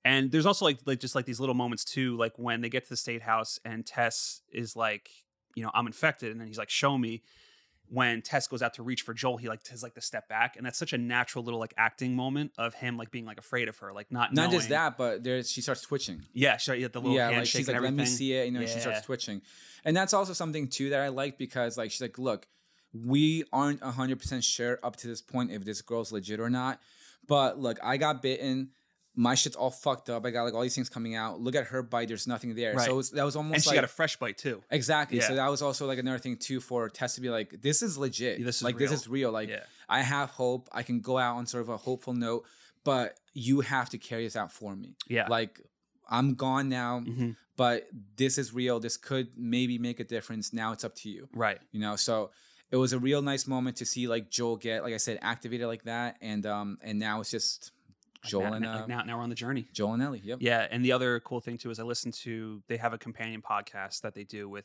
Speaker 1: And there's also like like just like these little moments too, like when they get to the state house and Tess is like, you know, I'm infected, and then he's like, show me, when Tess goes out to reach for Joel, he like has like the step back, and that's such a natural little like acting moment of him like being like afraid of her, like not
Speaker 2: Not just
Speaker 1: knowing-
Speaker 2: that, but there she starts twitching.
Speaker 1: Yeah, she, yeah, the little
Speaker 2: yeah, like
Speaker 1: handshake
Speaker 2: she's
Speaker 1: and
Speaker 2: like, let
Speaker 1: everything.
Speaker 2: me see it. You know, and she
Speaker 1: Yeah.
Speaker 2: starts twitching, and that's also something too that I like because like she's like, look, we aren't hundred percent sure up to this point if this girl's legit or not, but look, I got bitten. My shit's all fucked up. I got like all these things coming out. Look at her bite. There's nothing there.
Speaker 1: Right.
Speaker 2: So it's, that was almost
Speaker 1: and she
Speaker 2: like
Speaker 1: got a fresh bite too.
Speaker 2: Exactly. So
Speaker 1: Yeah.
Speaker 2: that was also like another thing too for Tess to be like, this is legit.
Speaker 1: Yeah, this is
Speaker 2: like
Speaker 1: real.
Speaker 2: this is real. Like
Speaker 1: Yeah.
Speaker 2: I have hope. I can go out on sort of a hopeful note, but you have to carry this out for me.
Speaker 1: Yeah.
Speaker 2: Like I'm gone now,
Speaker 1: Mhm.
Speaker 2: but this is real. This could maybe make a difference. Now it's up to you.
Speaker 1: Right.
Speaker 2: You know, so it was a real nice moment to see like Joel get, like I said, activated like that. And um and now it's just Joel
Speaker 1: now,
Speaker 2: and
Speaker 1: now-
Speaker 2: uh,
Speaker 1: now, now we're on the journey.
Speaker 2: Joel and Ellie. Yep.
Speaker 1: Yeah, and the other cool thing too is I listen to they have a companion podcast that they do with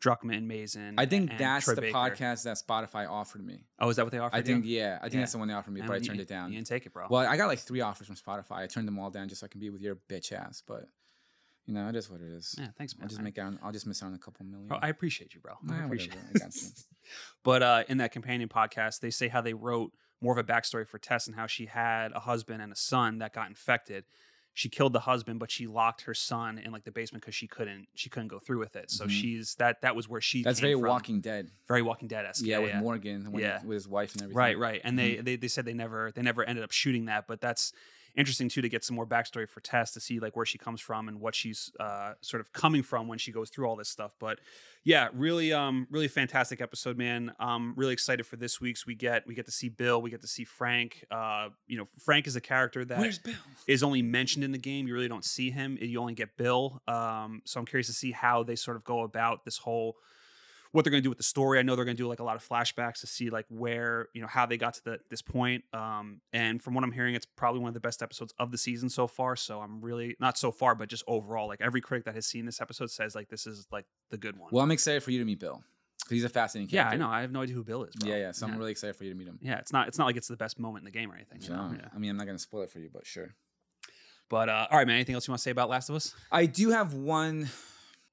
Speaker 1: Druckman and Mason.
Speaker 2: I think
Speaker 1: and
Speaker 2: that's
Speaker 1: Troy
Speaker 2: the
Speaker 1: Baker.
Speaker 2: podcast that Spotify offered me.
Speaker 1: Oh, is that what they offer?
Speaker 2: I think yeah, I think
Speaker 1: Yeah.
Speaker 2: that's the one they offered me, but I turned it down.
Speaker 1: You didn't take it, bro.
Speaker 2: Well, I got like three offers from Spotify. I turned them all down just so I can be with your bitch ass. But you know, it is what it is.
Speaker 1: yeah, thanks, man.
Speaker 2: I'll just make out. I'll just miss out on a couple million.
Speaker 1: Bro, I appreciate you, bro. I
Speaker 2: Yeah,
Speaker 1: appreciate
Speaker 2: whatever. I got you.
Speaker 1: But uh, in that companion podcast, they say how they wrote more of a backstory for Tess and how she had a husband and a son that got infected. She killed the husband, but she locked her son in like the basement because she couldn't she couldn't go through with it. So
Speaker 2: Mhm.
Speaker 1: she's that that was where she
Speaker 2: That's
Speaker 1: came
Speaker 2: very
Speaker 1: from.
Speaker 2: Walking Dead.
Speaker 1: very Walking Dead esque.
Speaker 2: Yeah, with Morgan, when,
Speaker 1: Yeah.
Speaker 2: with his wife and everything. Mm-hmm.
Speaker 1: Right, right. And they, they they said they never they never ended up shooting that, but that's interesting too to get some more backstory for Tess to see like where she comes from and what she's uh sort of coming from when she goes through all this stuff. But yeah, really um really fantastic episode, man. Um really excited for this week's. We get we get to see Bill, we get to see Frank. Uh you know, Frank is a character that
Speaker 2: Where's Bill?
Speaker 1: is only mentioned in the game. You really don't see him. You only get Bill. Um, so I'm curious to see how they sort of go about this whole what they're going to do with the story. I know they're going to do like a lot of flashbacks to see like where you know how they got to the, this point. Um, and from what I'm hearing, it's probably one of the best episodes of the season so far. So I'm really not so far, but just overall, like every critic that has seen this episode says like this is like the good one.
Speaker 2: Well, I'm excited for you to meet Bill. 'cause He's a fascinating
Speaker 1: yeah,
Speaker 2: character.
Speaker 1: I know. I have no idea who Bill is. Bro.
Speaker 2: Yeah, yeah. So
Speaker 1: yeah.
Speaker 2: I'm really excited for you to meet him.
Speaker 1: Yeah, it's not. It's not like it's the best moment in the game or anything. You
Speaker 2: So,
Speaker 1: know? yeah.
Speaker 2: I mean, I'm not gonna spoil it for you, but sure.
Speaker 1: But uh, all right, man. Anything else you want to say about Last of Us?
Speaker 2: I do have one.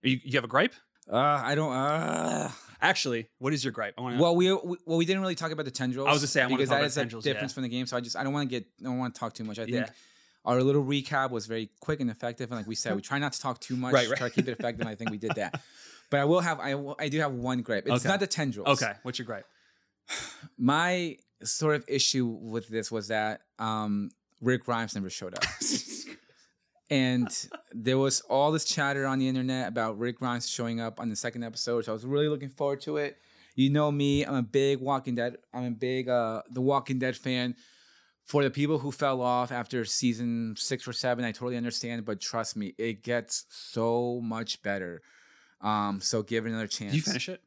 Speaker 1: You, you have a gripe?
Speaker 2: Uh, I don't. Uh,
Speaker 1: Actually, what is your gripe? I want to.
Speaker 2: Well, we, we well we didn't really talk about the tendrils.
Speaker 1: I was gonna say, I wanna
Speaker 2: because
Speaker 1: talk
Speaker 2: that
Speaker 1: about
Speaker 2: is
Speaker 1: tendrils,
Speaker 2: a difference
Speaker 1: yeah.
Speaker 2: from the game. So I just I don't want to get I don't want to talk too much. I
Speaker 1: Yeah.
Speaker 2: think our little recap was very quick and effective. And like we said, we try not to talk too much.
Speaker 1: Right, right.
Speaker 2: Try to keep it effective. and I think we did that. But I will have I will- I do have one gripe. It's
Speaker 1: Okay.
Speaker 2: not the tendrils.
Speaker 1: okay, what's your gripe?
Speaker 2: My sort of issue with this was that um Rick Grimes never showed up. and there was all this chatter on the internet about Rick Grimes showing up on the second episode. So I was really looking forward to it. You know me, I'm a big Walking Dead. I'm a big uh The Walking Dead fan. For the people who fell off after season six or seven, I totally understand, but trust me, it gets so much better. Um, so give it another chance.
Speaker 1: Did you finish it?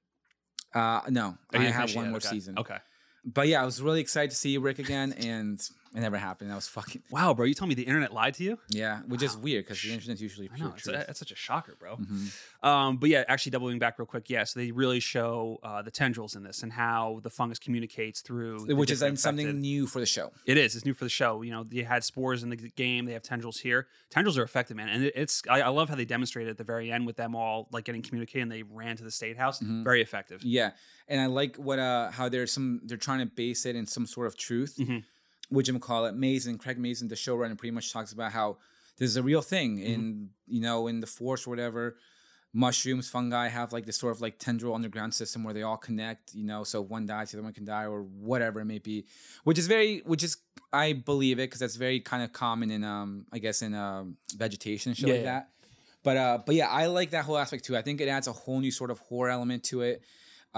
Speaker 2: Uh, no,
Speaker 1: Oh,
Speaker 2: I
Speaker 1: you didn't
Speaker 2: have
Speaker 1: finish it
Speaker 2: one
Speaker 1: yet,
Speaker 2: more
Speaker 1: okay.
Speaker 2: season
Speaker 1: Okay.
Speaker 2: but yeah, I was really excited to see Rick again, and it never happened. That was fucking
Speaker 1: Wow, bro, you told me the internet lied to you?
Speaker 2: yeah, which is weird because the internet's usually
Speaker 1: I
Speaker 2: pure
Speaker 1: know. It's,
Speaker 2: truth.
Speaker 1: that's such a shocker, bro.
Speaker 2: Mhm.
Speaker 1: Um, but yeah, actually doubling back real quick, yeah, so they really show uh, the tendrils in this and how the fungus communicates through, the
Speaker 2: Which is
Speaker 1: different
Speaker 2: um, something
Speaker 1: infected-
Speaker 2: new for the show.
Speaker 1: It is. It's new for the show. You know, they had spores in the g- game. They have tendrils here. Tendrils are effective, man. And it- it's I, I love how they demonstrated at the very end with them all like getting communicated and they ran to the state house.
Speaker 2: Mhm.
Speaker 1: Very effective.
Speaker 2: Yeah, and I like what uh how there's some they're trying to base it in some sort of truth.
Speaker 1: Mhm.
Speaker 2: Which I'm call it Mason, Craig Mason, the showrunner, pretty much talks about how this is a real thing in you know in the forest or whatever. Mushrooms, fungi have like this sort of like tendril underground system where they all connect, you know. So if one dies, the other one can die, or whatever it may be, which is very, which is I believe it because that's very kind of common in um I guess in um vegetation and shit
Speaker 1: Yeah,
Speaker 2: like
Speaker 1: yeah.
Speaker 2: that. But uh, but yeah, I like that whole aspect too. I think it adds a whole new sort of horror element to it.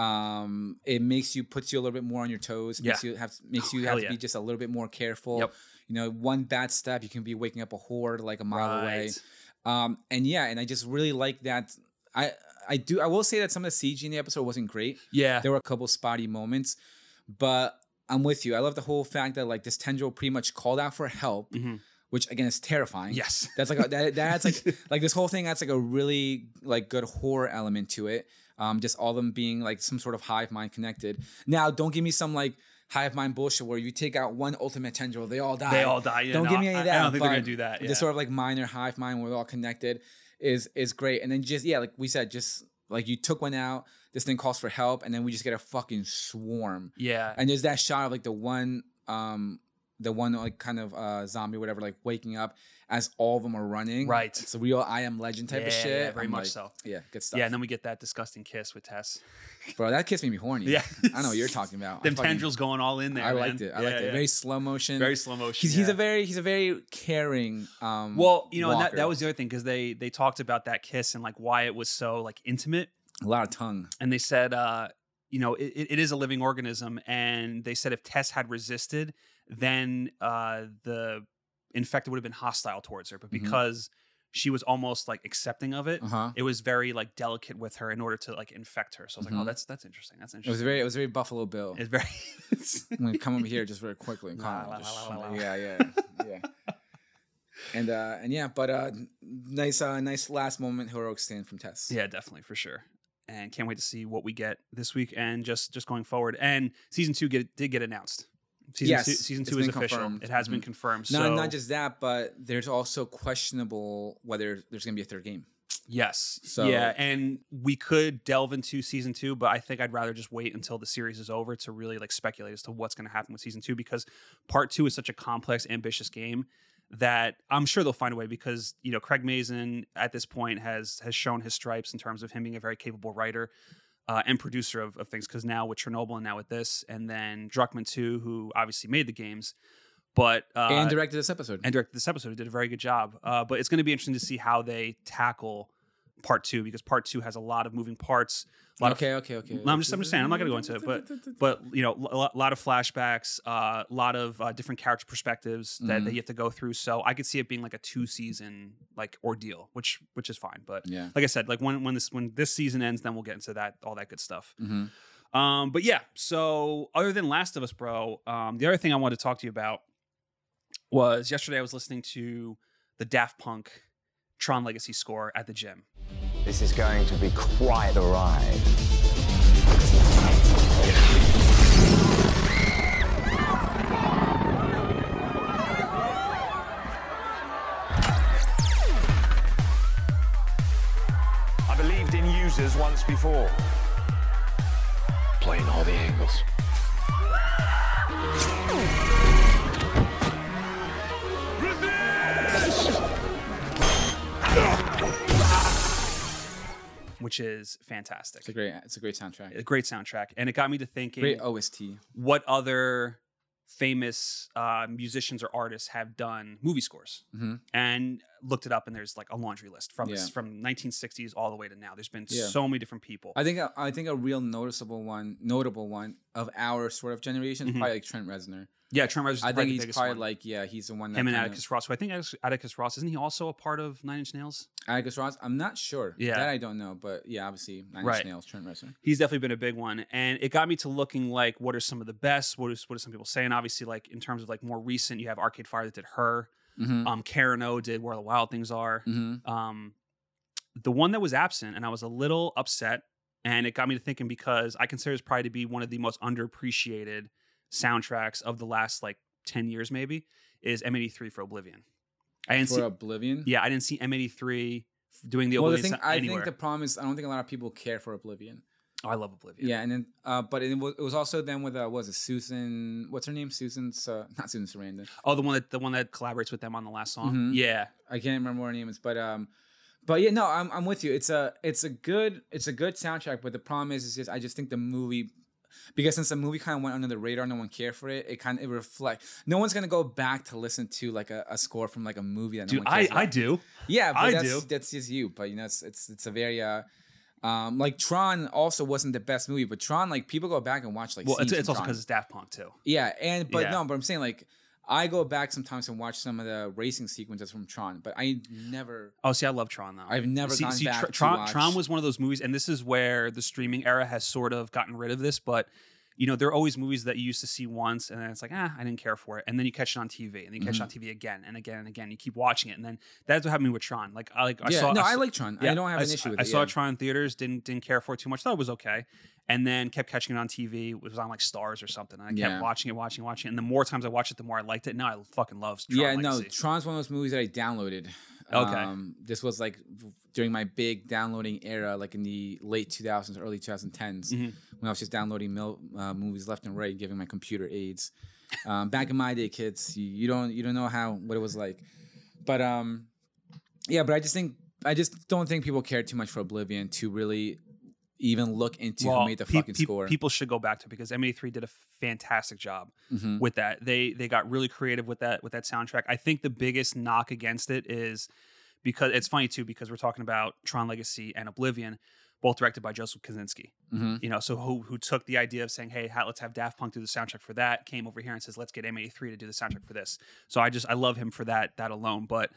Speaker 2: Um, it makes you puts you a little bit more on your toes. Makes
Speaker 1: Yeah. Oh,
Speaker 2: you have makes you
Speaker 1: Hell
Speaker 2: have to
Speaker 1: yeah.
Speaker 2: be just a little bit more careful.
Speaker 1: Yep.
Speaker 2: You know, one bad step you can be waking up a horde like a mile away.
Speaker 1: Right.
Speaker 2: Um, and yeah, and I just really like that. I I do I will say that some of the CG in the episode wasn't great.
Speaker 1: Yeah.
Speaker 2: There were a couple spotty moments, but I'm with you. I love the whole fact that like this tendril pretty much called out for help,
Speaker 1: Mhm.
Speaker 2: which again is terrifying.
Speaker 1: Yes.
Speaker 2: That's like a, that, that's like like this whole thing. That's like a really like good horror element to it. Um, just all them being like some sort of hive mind connected. Now, don't give me some like hive mind bullshit where you take out one ultimate tendril, they all die.
Speaker 1: They all die. Yeah,
Speaker 2: don't
Speaker 1: no,
Speaker 2: give me any
Speaker 1: I-
Speaker 2: of that.
Speaker 1: I don't think they're gonna
Speaker 2: but
Speaker 1: do that, yeah.
Speaker 2: This sort of like minor hive mind where they're all connected is is great. And then just yeah, like we said, just like you took one out. This thing calls for help, and then we just get a fucking swarm.
Speaker 1: Yeah.
Speaker 2: And there's that shot of like the one, um, the one like kind of uh zombie, whatever, like waking up as all of them are running.
Speaker 1: Right.
Speaker 2: It's a real I am legend type
Speaker 1: Yeah,
Speaker 2: of
Speaker 1: yeah,
Speaker 2: shit.
Speaker 1: very
Speaker 2: I'm
Speaker 1: much
Speaker 2: like,
Speaker 1: so.
Speaker 2: Yeah, good stuff.
Speaker 1: Yeah, and then we get that disgusting kiss with Tess.
Speaker 2: bro, that kiss made me horny.
Speaker 1: Yeah.
Speaker 2: I know what you're talking about. I
Speaker 1: Them
Speaker 2: fucking-
Speaker 1: tendrils going all in there.
Speaker 2: I liked
Speaker 1: man.
Speaker 2: it. I
Speaker 1: Yeah,
Speaker 2: liked it.
Speaker 1: yeah.
Speaker 2: Very slow motion.
Speaker 1: Very slow motion.
Speaker 2: He's, he's
Speaker 1: yeah.
Speaker 2: a very he's a very caring. Um,
Speaker 1: well, you know, and that, that
Speaker 2: walker.
Speaker 1: was the other thing because they they talked about that kiss and like why it was so like intimate.
Speaker 2: a lot of tongue.
Speaker 1: and they said, uh, you know, it, it- it is a living organism, and they said if Tess had resisted, then uh, the infected would have been hostile towards her. But
Speaker 2: Mm-hmm.
Speaker 1: because she was almost like accepting of it,
Speaker 2: Uh huh.
Speaker 1: it was very like delicate with her in order to like infect her. So I was like, oh,
Speaker 2: Mhm.
Speaker 1: that's that's interesting. That's
Speaker 2: It was
Speaker 1: interesting.
Speaker 2: very it was very Buffalo Bill.
Speaker 1: It's very.
Speaker 2: I'm gonna come over here just very quickly and
Speaker 1: La,
Speaker 2: call
Speaker 1: la,
Speaker 2: it. just-
Speaker 1: la, la, la.
Speaker 2: Yeah, yeah, yeah. and uh and yeah, but uh nice uh nice last moment heroic stand from Tess.
Speaker 1: yeah, definitely for sure. And can't wait to see what we get this week and just just going forward. And season two get, did get announced. Season
Speaker 2: Yes,
Speaker 1: two, season
Speaker 2: it's
Speaker 1: two is
Speaker 2: been
Speaker 1: official.
Speaker 2: confirmed.
Speaker 1: It has been
Speaker 2: Mhm.
Speaker 1: confirmed.
Speaker 2: Not
Speaker 1: so
Speaker 2: not just that, but there's also questionable whether there's gonna be a third game.
Speaker 1: Yes.
Speaker 2: So-
Speaker 1: yeah, and we could delve into season two, but I think I'd rather just wait until the series is over to really like speculate as to what's going to happen with season two because part two is such a complex, ambitious game that I'm sure they'll find a way because you know Craig Mazin at this point has has shown his stripes in terms of him being a very capable writer. Uh, and producer of, of things because now with Chernobyl and now with this and then Druckman too who obviously made the games but uh,
Speaker 2: and directed this episode.
Speaker 1: and directed this episode. He did a very good job. Uh, but it's going to be interesting to see how they tackle part two because part two has a lot of moving parts. A lot
Speaker 2: okay,
Speaker 1: Of,
Speaker 2: okay, okay.
Speaker 1: No, I'm just I'm just saying I'm not going to go into it, but but you know a lot, lot of flashbacks, a uh, lot of uh, different character perspectives that,
Speaker 2: Mm-hmm.
Speaker 1: that you have to go through. So I could see it being like a two season like ordeal, which which is fine. But
Speaker 2: Yeah.
Speaker 1: like I said, like when when this when this season ends, then we'll get into that all that good stuff.
Speaker 2: Mhm.
Speaker 1: Um, but yeah, so other than Last of Us, bro, um, the other thing I wanted to talk to you about was yesterday I was listening to the Daft Punk Tron Legacy score at the gym.
Speaker 6: This is going to be quite a ride.
Speaker 7: I believed in users once before. playing all the angles.
Speaker 1: which is fantastic.
Speaker 2: It's a great. It's a great soundtrack.
Speaker 1: A great soundtrack, and it got me to thinking
Speaker 2: Great OST.
Speaker 1: what other famous uh, musicians or artists have done movie scores,
Speaker 2: Mhm.
Speaker 1: and looked it up. And there's like a laundry list from
Speaker 2: Yeah.
Speaker 1: from 1960s all the way to now. There's been
Speaker 2: Yeah.
Speaker 1: so many different people.
Speaker 2: I think. uh, I think a real noticeable one, notable one of our sort of generation, is
Speaker 1: Mhm.
Speaker 2: probably like Trent Reznor.
Speaker 1: yeah, Trent Reznor's
Speaker 2: I
Speaker 1: probably
Speaker 2: think
Speaker 1: the
Speaker 2: he's
Speaker 1: biggest
Speaker 2: probably
Speaker 1: one.
Speaker 2: like yeah, he's the one that
Speaker 1: him and
Speaker 2: kinda-
Speaker 1: Atticus Ross. Who I think Atticus- Atticus Ross isn't he also a part of Nine Inch Nails?
Speaker 2: Atticus Ross. I'm not sure.
Speaker 1: Yeah.
Speaker 2: that I don't know, but yeah, obviously Nine
Speaker 1: Right.
Speaker 2: Inch Nails, Trent Reznor.
Speaker 1: he's definitely been a big one and it got me to looking like what are some of the best what is what are some people saying obviously like in terms of like more recent you have arcade fire that did her
Speaker 2: Mhm.
Speaker 1: um karen o did where the wild things are
Speaker 2: Mhm.
Speaker 1: um the one that was absent and i was a little upset and it got me to thinking because i consider this probably to be one of the most underappreciated soundtracks of the last like 10 years maybe is m83 for oblivion i didn't
Speaker 2: For
Speaker 1: see
Speaker 2: Oblivion.
Speaker 1: yeah i didn't see m83 doing the
Speaker 2: well, the
Speaker 1: oblivion
Speaker 2: thing
Speaker 1: sou-
Speaker 2: I
Speaker 1: anywhere
Speaker 2: think the problem is I don't think a lot of people care for Oblivion.
Speaker 1: oh, i love oblivion
Speaker 2: Yeah, and then uh, but it was, it was also then with uh, what was it Susan? What's her name? Susan? Uh, not Susan Sarandon.
Speaker 1: Oh, the one that the one that collaborates with them on the last song.
Speaker 2: Mhm.
Speaker 1: Yeah,
Speaker 2: I can't remember what her name is, but um, but yeah, no, I'm I'm with you. It's a it's a good it's a good soundtrack, but the problem is is just I just think the movie. Because since the movie kind of went under the radar, no one cared for it. It kind of it reflect. No one's gonna go back to listen to like a, a score from like a movie that.
Speaker 1: dude,
Speaker 2: no one
Speaker 1: I
Speaker 2: cares about.
Speaker 1: I do.
Speaker 2: Yeah, but
Speaker 1: I
Speaker 2: that's,
Speaker 1: do.
Speaker 2: That's just you. But you know, it's it's it's a very uh, um, like Tron also wasn't the best movie, but Tron like people go back and watch like.
Speaker 1: Well, it's,
Speaker 2: scenes
Speaker 1: it's
Speaker 2: from
Speaker 1: also
Speaker 2: Tron.
Speaker 1: because it's Daft Punk too.
Speaker 2: Yeah, and but
Speaker 1: Yeah.
Speaker 2: no, but I'm saying like I go back sometimes and watch some of the racing sequences from Tron, but I never.
Speaker 1: Oh, see, I love Tron though.
Speaker 2: I've never
Speaker 1: see,
Speaker 2: gone
Speaker 1: see,
Speaker 2: back
Speaker 1: Tr-
Speaker 2: to
Speaker 1: Tron,
Speaker 2: watch-
Speaker 1: Tron was one of those movies, and this is where the streaming era has sort of gotten rid of this. But you know, there are always movies that you used to see once, and then it's like, ah, I didn't care for it, and then you catch it on TV, and then you catch it
Speaker 2: Mm-hmm.
Speaker 1: on TV again and again and again. You keep watching it, and then that's what happened to me with Tron. Like, I like I
Speaker 2: yeah,
Speaker 1: saw
Speaker 2: no,
Speaker 1: I
Speaker 2: I,
Speaker 1: saw-
Speaker 2: like Tron. I don't have an
Speaker 1: s-
Speaker 2: issue with
Speaker 1: I
Speaker 2: it.
Speaker 1: saw
Speaker 2: yeah.
Speaker 1: Tron in theaters, didn't didn't care for it too much. Thought it was okay, and then kept catching it on TV. It was on like Stars or something. And I kept
Speaker 2: Yeah.
Speaker 1: watching it, watching, watching. And the more times I watched it, the more I liked it. Now I fucking love. Tron
Speaker 2: yeah, no,
Speaker 1: Legacy.
Speaker 2: Tron's one of those movies that I downloaded. Um,
Speaker 1: Okay.
Speaker 2: this was like v- during my big downloading era, like in the late 2000s, early 2010s,
Speaker 1: Mm-hmm.
Speaker 2: when I was just downloading mil- uh, movies left and right, and giving my computer aids. Um, back in my day, kids, you, you don't you don't know how what it was like, but um, yeah, but I just think I just don't think people care too much for Oblivion to really even look into
Speaker 1: Well,
Speaker 2: who made the
Speaker 1: pe-
Speaker 2: fucking
Speaker 1: pe-
Speaker 2: score.
Speaker 1: People should go back to it because M83 did a fantastic job
Speaker 2: Mm-hmm.
Speaker 1: with that. They they got really creative with that with that soundtrack. I think the biggest knock against it is because it's funny too because we're talking about Tron Legacy and Oblivion, both directed by Joseph Kaczynski.
Speaker 2: Mhm.
Speaker 1: You know, so who who took the idea of saying, "Hey, ha- let's have Daft Punk do the soundtrack for that," came over here and says, "Let's get M83 to do the soundtrack for this." So I just I love him for that that alone, but.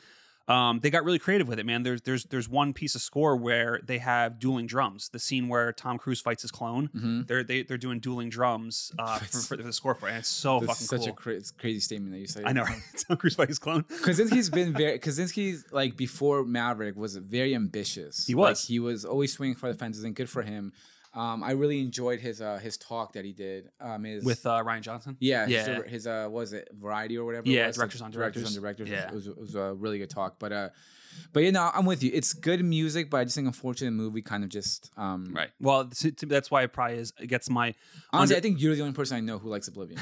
Speaker 1: Um, they got really creative with it, man. There's there's there's one piece of score where they have dueling drums. The scene where Tom Cruise fights his clone, they're they, they're doing dueling drums uh, for, for the score for it. And it's so
Speaker 2: That's
Speaker 1: fucking
Speaker 2: such
Speaker 1: cool.
Speaker 2: a cra- crazy statement that you say.
Speaker 1: I know, right? Tom Cruise fights his clone.
Speaker 2: Kaczynski's been very Kaczynski's like before Maverick was very ambitious.
Speaker 1: He
Speaker 2: Like,
Speaker 1: was.
Speaker 2: he was always swinging for the fences, and good for him. Um, I really enjoyed his uh, his talk that he did. Um, his
Speaker 1: with uh, Ryan Johnson.
Speaker 2: yeah, his-
Speaker 1: yeah.
Speaker 2: His, uh, what was it Variety or whatever? it
Speaker 1: Yeah,
Speaker 2: was,
Speaker 1: Directors on
Speaker 2: directors on
Speaker 1: Directors.
Speaker 2: directors.
Speaker 1: Yeah.
Speaker 2: It, was, it was a really good talk, but uh, but you know, I'm with you. It's good music, but I just think unfortunately the movie kind of just um.
Speaker 1: Right. Well, t- t- that's why it probably is. It gets my
Speaker 2: Honestly, I think you're the only person I know who likes Oblivion.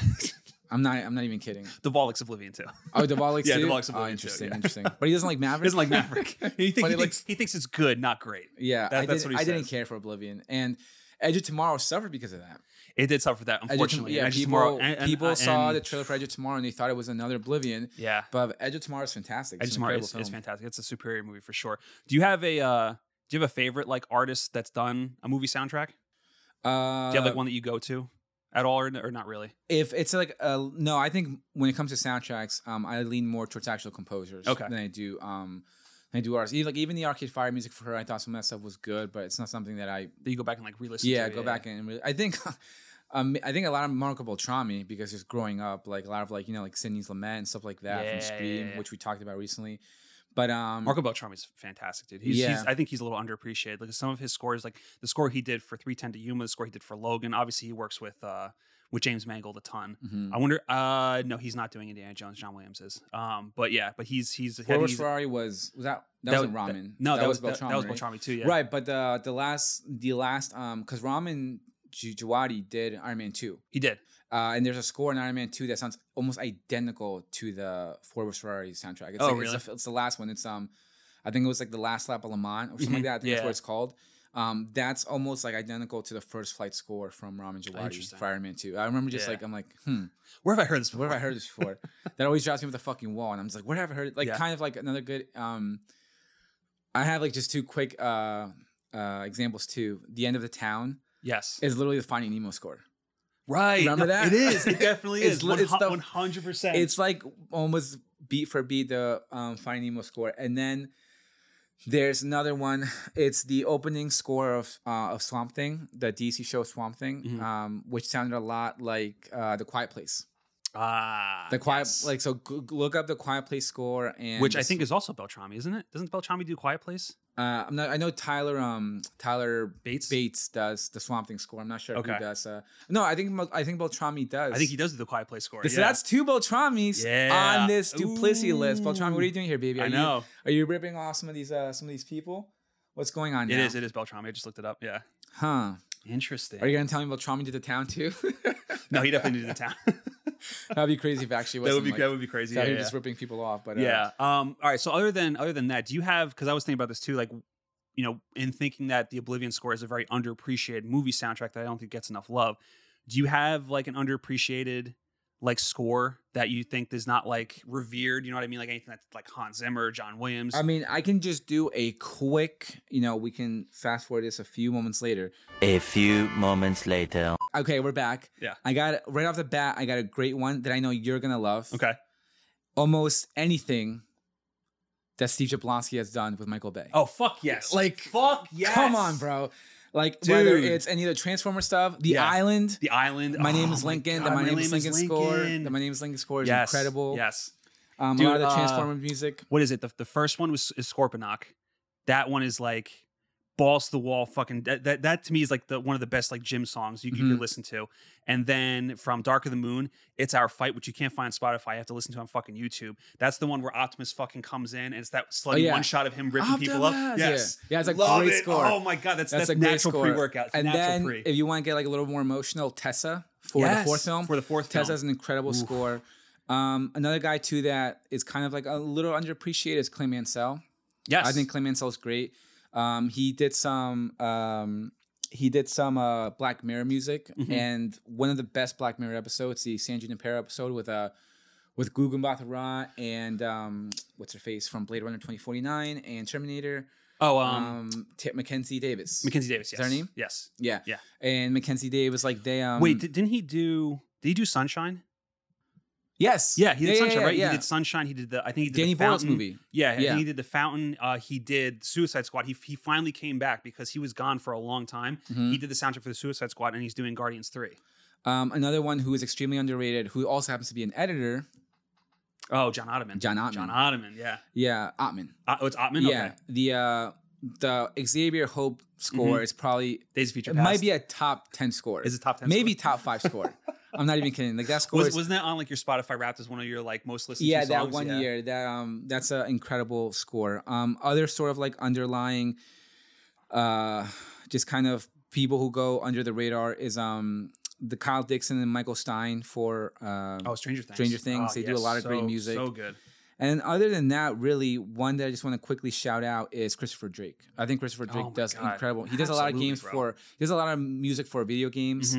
Speaker 2: I'm not. I'm not even kidding.
Speaker 1: the Volik's Oblivion too.
Speaker 2: Oh, Duvall
Speaker 1: Yeah,
Speaker 2: too.
Speaker 1: Duvall likes
Speaker 2: Oh,
Speaker 1: Oblivion too,
Speaker 2: interesting,
Speaker 1: yeah.
Speaker 2: interesting. But he doesn't like Maverick.
Speaker 1: He doesn't like Maverick. He, think, he,
Speaker 2: But he
Speaker 1: thinks, he thinks it's good, not great.
Speaker 2: Yeah,
Speaker 1: That-
Speaker 2: I,
Speaker 1: that's
Speaker 2: did,
Speaker 1: what he
Speaker 2: I didn't
Speaker 1: says.
Speaker 2: care for Oblivion, and Edge of Tomorrow suffered because of that.
Speaker 1: It did suffer that,
Speaker 2: Edge of Tom-
Speaker 1: unfortunately.
Speaker 2: yeah,
Speaker 1: And I just
Speaker 2: people,
Speaker 1: tomorrow- and- and-
Speaker 2: people
Speaker 1: and-
Speaker 2: saw the trailer for Edge of Tomorrow and they thought it was another Oblivion.
Speaker 1: Yeah.
Speaker 2: but Edge of Tomorrow is
Speaker 1: I
Speaker 2: fantastic. It's
Speaker 1: just
Speaker 2: an
Speaker 1: Tomorrow
Speaker 2: incredible
Speaker 1: is, is
Speaker 2: film.
Speaker 1: fantastic. It's a superior movie for sure. Do you have a uh, do you have a favorite like artist that's done a movie soundtrack?
Speaker 2: Uh,
Speaker 1: Do you have like one that you go to at all, or, n- or not really?
Speaker 2: If it's like uh, no, I think when it comes to soundtracks, um, I lean more towards actual composers
Speaker 1: Okay.
Speaker 2: than I do um, than I do artists. Even, like even the Arcade Fire music for her, I thought some of that stuff was good, but it's not something that I
Speaker 1: That you go back and like re-listen.
Speaker 2: yeah
Speaker 1: to,
Speaker 2: go back and really, I think. Um, I think a lot of Marco Beltrami because just growing up, like a lot of like you know like Sydney's Lament and stuff like that
Speaker 1: Yeah, yeah,
Speaker 2: from Scream,
Speaker 1: yeah.
Speaker 2: which we talked about recently. But um,
Speaker 1: Marco Beltrami is fantastic, dude. He's, he's
Speaker 2: Yeah.
Speaker 1: I think he's a little underappreciated. Like some of his scores, like the score he did for 310 to Yuma, the score he did for Logan. Obviously, he works with uh with James Mangold a ton.
Speaker 2: Mm-hmm.
Speaker 1: I wonder uh no, he's not doing Indiana Jones, John Williams is. Um but yeah, but he's he's
Speaker 2: Where was
Speaker 1: he's-
Speaker 2: Ferrari was was that that,
Speaker 1: that
Speaker 2: wasn't
Speaker 1: was-
Speaker 2: ramen.
Speaker 1: no, that was- that-
Speaker 2: Beltrami,
Speaker 1: that was
Speaker 2: right?
Speaker 1: Beltrami too, yeah.
Speaker 2: Right, but the the last the last um because ramen Ju- Jawadi did Iron Man 2.
Speaker 1: He did.
Speaker 2: Uh, and there's a score in Iron Man 2 that sounds almost identical to the Ford vs Ferrari soundtrack. It's
Speaker 1: Oh,
Speaker 2: like,
Speaker 1: really?
Speaker 2: It's, the- it's the last one. It's um, I think it was like the last lap of Le Mans or something like that. I think that's
Speaker 1: Mm-hmm. Yeah.
Speaker 2: what it's called. Um, that's almost like identical to the first flight score from Ramin Djawadi
Speaker 1: Interesting.
Speaker 2: for Iron Man 2. I remember just
Speaker 1: Yeah.
Speaker 2: like I'm like, hmm,
Speaker 1: Where have I heard this? Before?
Speaker 2: where have I heard this before? that always drives me with the fucking wall, and I'm just like, where have I heard it? Like
Speaker 1: Yeah.
Speaker 2: kind of like another good. Um, I have like just two quick uh, uh, examples too. The end of the town
Speaker 1: Yes.
Speaker 2: is literally the Finding Nemo score.
Speaker 1: right.
Speaker 2: Remember that?
Speaker 1: It is. It definitely
Speaker 2: It's
Speaker 1: is.
Speaker 2: li- it's the-
Speaker 1: One hundred percent.
Speaker 2: It's like almost beat for beat the um, Finding Nemo score, and then there's another one. It's the opening score of uh, of Swamp Thing, the DC show Swamp Thing,
Speaker 1: Mhm.
Speaker 2: um, which sounded a lot like uh, the Quiet Place.
Speaker 1: ah
Speaker 2: The Quiet,
Speaker 1: yes.
Speaker 2: like so, g- g- look up the Quiet Place score, and
Speaker 1: which I think is also Beltrami, isn't it? Doesn't Beltrami do Quiet Place?
Speaker 2: uh, I'm not. I know Tyler um Tyler
Speaker 1: Bates.
Speaker 2: Bates does the Swamp Thing score. I'm not sure if
Speaker 1: Okay.
Speaker 2: he does. Uh, no, I think Mo- I think Beltrami does.
Speaker 1: I think he does do the Quiet Place score.
Speaker 2: So
Speaker 1: yeah.
Speaker 2: that's two Beltramis
Speaker 1: Yeah.
Speaker 2: on this duplicity list. Beltrami, what are you doing here, baby? Are
Speaker 1: I
Speaker 2: you-
Speaker 1: know.
Speaker 2: Are you ripping off some of these uh some of these people? What's going on
Speaker 1: It
Speaker 2: now?
Speaker 1: is. It is Beltrami. I just looked it up. Yeah.
Speaker 2: Huh.
Speaker 1: Interesting.
Speaker 2: Are you gonna tell me Beltrami did the town too?
Speaker 1: no, he definitely did the town.
Speaker 2: That'd be crazy if actually
Speaker 1: that would
Speaker 2: wasn't,
Speaker 1: be
Speaker 2: like,
Speaker 1: that would be crazy.
Speaker 2: out
Speaker 1: Yeah,
Speaker 2: here
Speaker 1: yeah.
Speaker 2: just ripping people off. But uh,
Speaker 1: yeah. Um. All right. So other than other than that, do you have? Because I was thinking about this too. Like, you know, in thinking that the Oblivion score is a very underappreciated movie soundtrack that I don't think gets enough love. Do you have like an underappreciated like score that you think is not like revered? You know what I mean? Like anything that's like Hans Zimmer, or John Williams.
Speaker 2: I mean, I can just do a quick, you know, we can fast forward this a few moments later.
Speaker 7: A few moments later.
Speaker 2: Okay, we're back.
Speaker 1: Yeah.
Speaker 2: I got right off the bat, I got a great one that I know you're gonna love.
Speaker 1: okay.
Speaker 2: Almost anything that Steve Jablonsky has done with Michael Bay.
Speaker 1: Oh fuck yes.
Speaker 2: Like,
Speaker 1: fuck yes.
Speaker 2: Come on, bro. Like whether
Speaker 1: Dude.
Speaker 2: it's any of the Transformer stuff, The
Speaker 1: Yeah.
Speaker 2: Island,
Speaker 1: The Island.
Speaker 2: My name
Speaker 1: Oh
Speaker 2: is Lincoln.
Speaker 1: God,
Speaker 2: the My, name, is Lincoln, score. The
Speaker 1: Lincoln.
Speaker 2: My name is Lincoln score is
Speaker 1: Yes,
Speaker 2: incredible.
Speaker 1: Yes.
Speaker 2: Um,
Speaker 1: Dude,
Speaker 2: a lot of the
Speaker 1: uh,
Speaker 2: Transformer music.
Speaker 1: what is it? The, the first one was is Scorponok. That one is like balls to the wall. Fucking that, that that to me is like the one of the best like gym songs you, you
Speaker 2: Mhm.
Speaker 1: could listen to. And then from Dark of the Moon, it's our fight, which you can't find on Spotify. You have to listen to on fucking YouTube. That's the one where Optimus fucking comes in, and it's that slutty
Speaker 2: Oh, yeah.
Speaker 1: one shot of him ripping people
Speaker 2: Optimus!
Speaker 1: up. Yes,
Speaker 2: Yeah. Yeah, it's a
Speaker 1: Love
Speaker 2: great
Speaker 1: it.
Speaker 2: score.
Speaker 1: Oh my god, that's that's,
Speaker 2: a great
Speaker 1: natural
Speaker 2: score.
Speaker 1: pre workout. It's
Speaker 2: And
Speaker 1: natural
Speaker 2: then
Speaker 1: pre.
Speaker 2: if you want to get like a little more emotional, Tessa for the
Speaker 1: Yes,
Speaker 2: fourth film.
Speaker 1: for the fourth
Speaker 2: Tessa
Speaker 1: film.
Speaker 2: has an incredible score. Um, another guy too that is kind of like a little underappreciated is Clint Mansell.
Speaker 1: yes,
Speaker 2: I think Clint Mansell's great. Um, he did some um, he did some uh, Black Mirror music,
Speaker 1: Mm-hmm.
Speaker 2: and one of the best Black Mirror episodes, the San Junipero episode with uh with Gugan Bathara and um, what's her face from Blade Runner twenty forty nine and Terminator,
Speaker 1: oh um,
Speaker 2: um, T- Mackenzie Davis.
Speaker 1: Mackenzie Davis. Yes.
Speaker 2: her name?
Speaker 1: Yes.
Speaker 2: yeah,
Speaker 1: yeah.
Speaker 2: And Mackenzie Davis, like they um
Speaker 1: Wait, did, didn't he do? Did he do Sunshine?
Speaker 2: yes
Speaker 1: Yeah, he did Sunshine, right?
Speaker 2: yeah.
Speaker 1: He did Sunshine. He did the. I think he did
Speaker 2: Danny
Speaker 1: the
Speaker 2: Boyle's
Speaker 1: Fountain.
Speaker 2: movie.
Speaker 1: Yeah, I
Speaker 2: Yeah.
Speaker 1: think he did the Fountain. Uh, he did Suicide Squad. He he finally came back because he was gone for a long time.
Speaker 2: Mm-hmm.
Speaker 1: He did the soundtrack for the Suicide Squad, and he's doing Guardians Three.
Speaker 2: Um, another one who is extremely underrated, who also happens to be an editor.
Speaker 1: Oh, John Ottoman.
Speaker 2: John Ottman.
Speaker 1: John Ottoman. Yeah.
Speaker 2: Yeah, Ottman.
Speaker 1: Uh, oh, it's Ottman.
Speaker 2: Yeah,
Speaker 1: Okay.
Speaker 2: the uh the Xavier Hope score is probably
Speaker 1: Days of Future
Speaker 2: it
Speaker 1: Past.
Speaker 2: might be a top ten score.
Speaker 1: Mm-hmm. Is it top 10
Speaker 2: Maybe
Speaker 1: score?
Speaker 2: top five score. I'm not even kidding. Like that score
Speaker 1: was,
Speaker 2: is-
Speaker 1: wasn't that on like your Spotify Wrapped as one of your like most listened?
Speaker 2: yeah,
Speaker 1: to
Speaker 2: that
Speaker 1: songs?
Speaker 2: one
Speaker 1: Yeah.
Speaker 2: year. That um that's an incredible score. Um other sort of like underlying uh just kind of people who go under the radar is um the Kyle Dixon and Michael Stein for um
Speaker 1: Oh, Stranger Things.
Speaker 2: Stranger Things,
Speaker 1: Oh,
Speaker 2: they do a
Speaker 1: yes,
Speaker 2: lot of great
Speaker 1: so-
Speaker 2: music.
Speaker 1: So good.
Speaker 2: And other than that, really, one that I just want to quickly shout out is Christopher Drake. I think Christopher Drake
Speaker 1: Oh my
Speaker 2: does
Speaker 1: God.
Speaker 2: incredible. He does a lot of
Speaker 1: Absolutely,
Speaker 2: games
Speaker 1: bro. Mm-hmm.
Speaker 2: for. He does a lot of music for video games.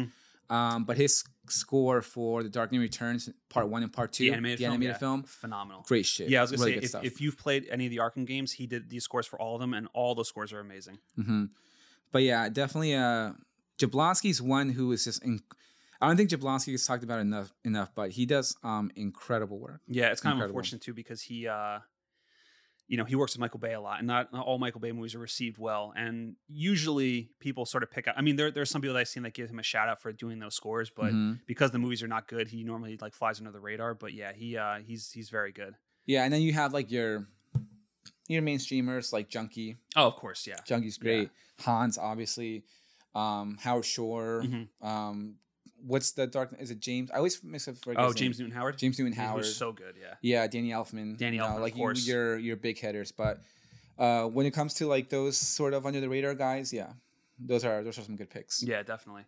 Speaker 2: Um, but his score for The Dark Knight Returns, Part One and Part Two,
Speaker 1: The animated film. yeah.
Speaker 2: film,
Speaker 1: Phenomenal.
Speaker 2: great shit.
Speaker 1: Yeah, I was gonna
Speaker 2: Really
Speaker 1: say
Speaker 2: good
Speaker 1: if,
Speaker 2: stuff.
Speaker 1: if you've played any of the Arkham games, he did these scores for all of them, and all those scores are amazing.
Speaker 2: Mm-hmm. But yeah, definitely. Uh, Jablonski's one who is just. Inc- I don't think Jablonski is talked about enough. Enough, but he does um incredible work.
Speaker 1: Yeah, it's kind of
Speaker 2: Incredible.
Speaker 1: unfortunate too because he, uh, you know, he works with Michael Bay a lot, and not, not all Michael Bay movies are received well. And usually, people sort of pick up. I mean, there there's some people that I've seen that give him a shout out for doing those scores, but
Speaker 2: Mhm.
Speaker 1: because the movies are not good, he normally like flies under the radar. But yeah, he uh, he's he's very good.
Speaker 2: Yeah, and then you have like your your mainstreamers like Junkie.
Speaker 1: Oh, of course, yeah.
Speaker 2: Junkies great. Hans obviously. Um, Howard Shore.
Speaker 1: Mm-hmm.
Speaker 2: Um, what's the dark? Is it James? I always mix up. forget
Speaker 1: Oh,
Speaker 2: his name.
Speaker 1: James Newton Howard.
Speaker 2: James Newton
Speaker 1: He was
Speaker 2: Howard.
Speaker 1: so good. Yeah.
Speaker 2: yeah, Danny Elfman.
Speaker 1: Danny
Speaker 2: you know,
Speaker 1: Elfman, of
Speaker 2: like you,
Speaker 1: course.
Speaker 2: your your big headers, but uh, when it comes to like those sort of under the radar guys, yeah, those are those are some good picks.
Speaker 1: Yeah, definitely.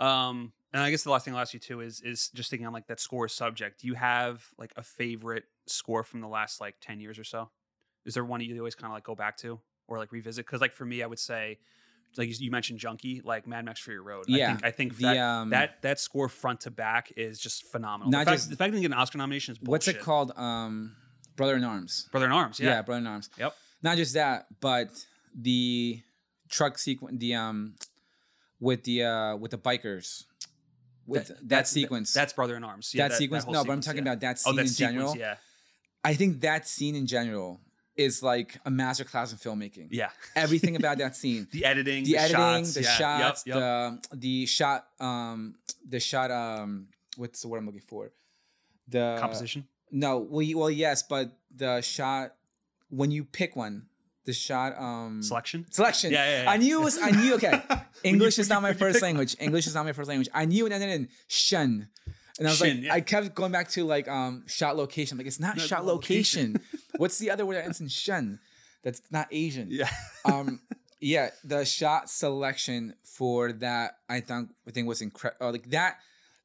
Speaker 1: Um, and I guess the last thing I'll ask you too is is just thinking on like that score subject. Do you have like a favorite score from the last like ten years or so? Is there one that you always kind of like go back to or like revisit? Because like for me, I would say like you, you mentioned Junkie, like Mad Max Fury Road.
Speaker 2: Yeah,
Speaker 1: I think, I think
Speaker 2: the,
Speaker 1: that,
Speaker 2: um,
Speaker 1: that that score front to back is just phenomenal.
Speaker 2: Not
Speaker 1: the fact,
Speaker 2: just-
Speaker 1: the fact it didn't get an Oscar nomination is bullshit.
Speaker 2: What's it called? Um, Brother in Arms.
Speaker 1: Brother in Arms.
Speaker 2: Yeah,
Speaker 1: Yeah.
Speaker 2: Brother in Arms.
Speaker 1: Yep.
Speaker 2: Not just that, but the truck sequence, the um, with the uh, with the bikers, with that,
Speaker 1: that's-
Speaker 2: sequence.
Speaker 1: That's Brother in Arms. Yeah,
Speaker 2: that, sequence.
Speaker 1: whole
Speaker 2: no, but I'm
Speaker 1: sequence,
Speaker 2: talking
Speaker 1: yeah.
Speaker 2: about that
Speaker 1: oh,
Speaker 2: scene
Speaker 1: that
Speaker 2: in
Speaker 1: sequence,
Speaker 2: general.
Speaker 1: Yeah,
Speaker 2: I think that scene in general is like a masterclass in filmmaking.
Speaker 1: yeah.
Speaker 2: Everything about that scene.
Speaker 1: The editing,
Speaker 2: the,
Speaker 1: the,
Speaker 2: editing,
Speaker 1: shots,
Speaker 2: the
Speaker 1: yeah.
Speaker 2: shots,
Speaker 1: Yep, yep.
Speaker 2: the the shot, um, the shot, um, what's the word I'm looking for? The
Speaker 1: composition.
Speaker 2: No, well, you- well, yes, but the shot when you pick one, the shot, um,
Speaker 1: Selection?
Speaker 2: selection.
Speaker 1: Yeah, yeah, yeah.
Speaker 2: I knew it was. I knew. Okay,
Speaker 1: When you-
Speaker 2: English
Speaker 1: when
Speaker 2: is
Speaker 1: you-
Speaker 2: not my
Speaker 1: when you
Speaker 2: first
Speaker 1: pick-
Speaker 2: language. English is not my first language. I knew it ended in shun. And I was
Speaker 1: Shin,
Speaker 2: like,
Speaker 1: yeah.
Speaker 2: I kept going back to like um shot location. I'm like, it's not
Speaker 1: Not
Speaker 2: shot
Speaker 1: location.
Speaker 2: location. What's the other word that ends in shun? That's not Asian
Speaker 1: Yeah.
Speaker 2: um yeah the shot selection for that i think i think was incredible like that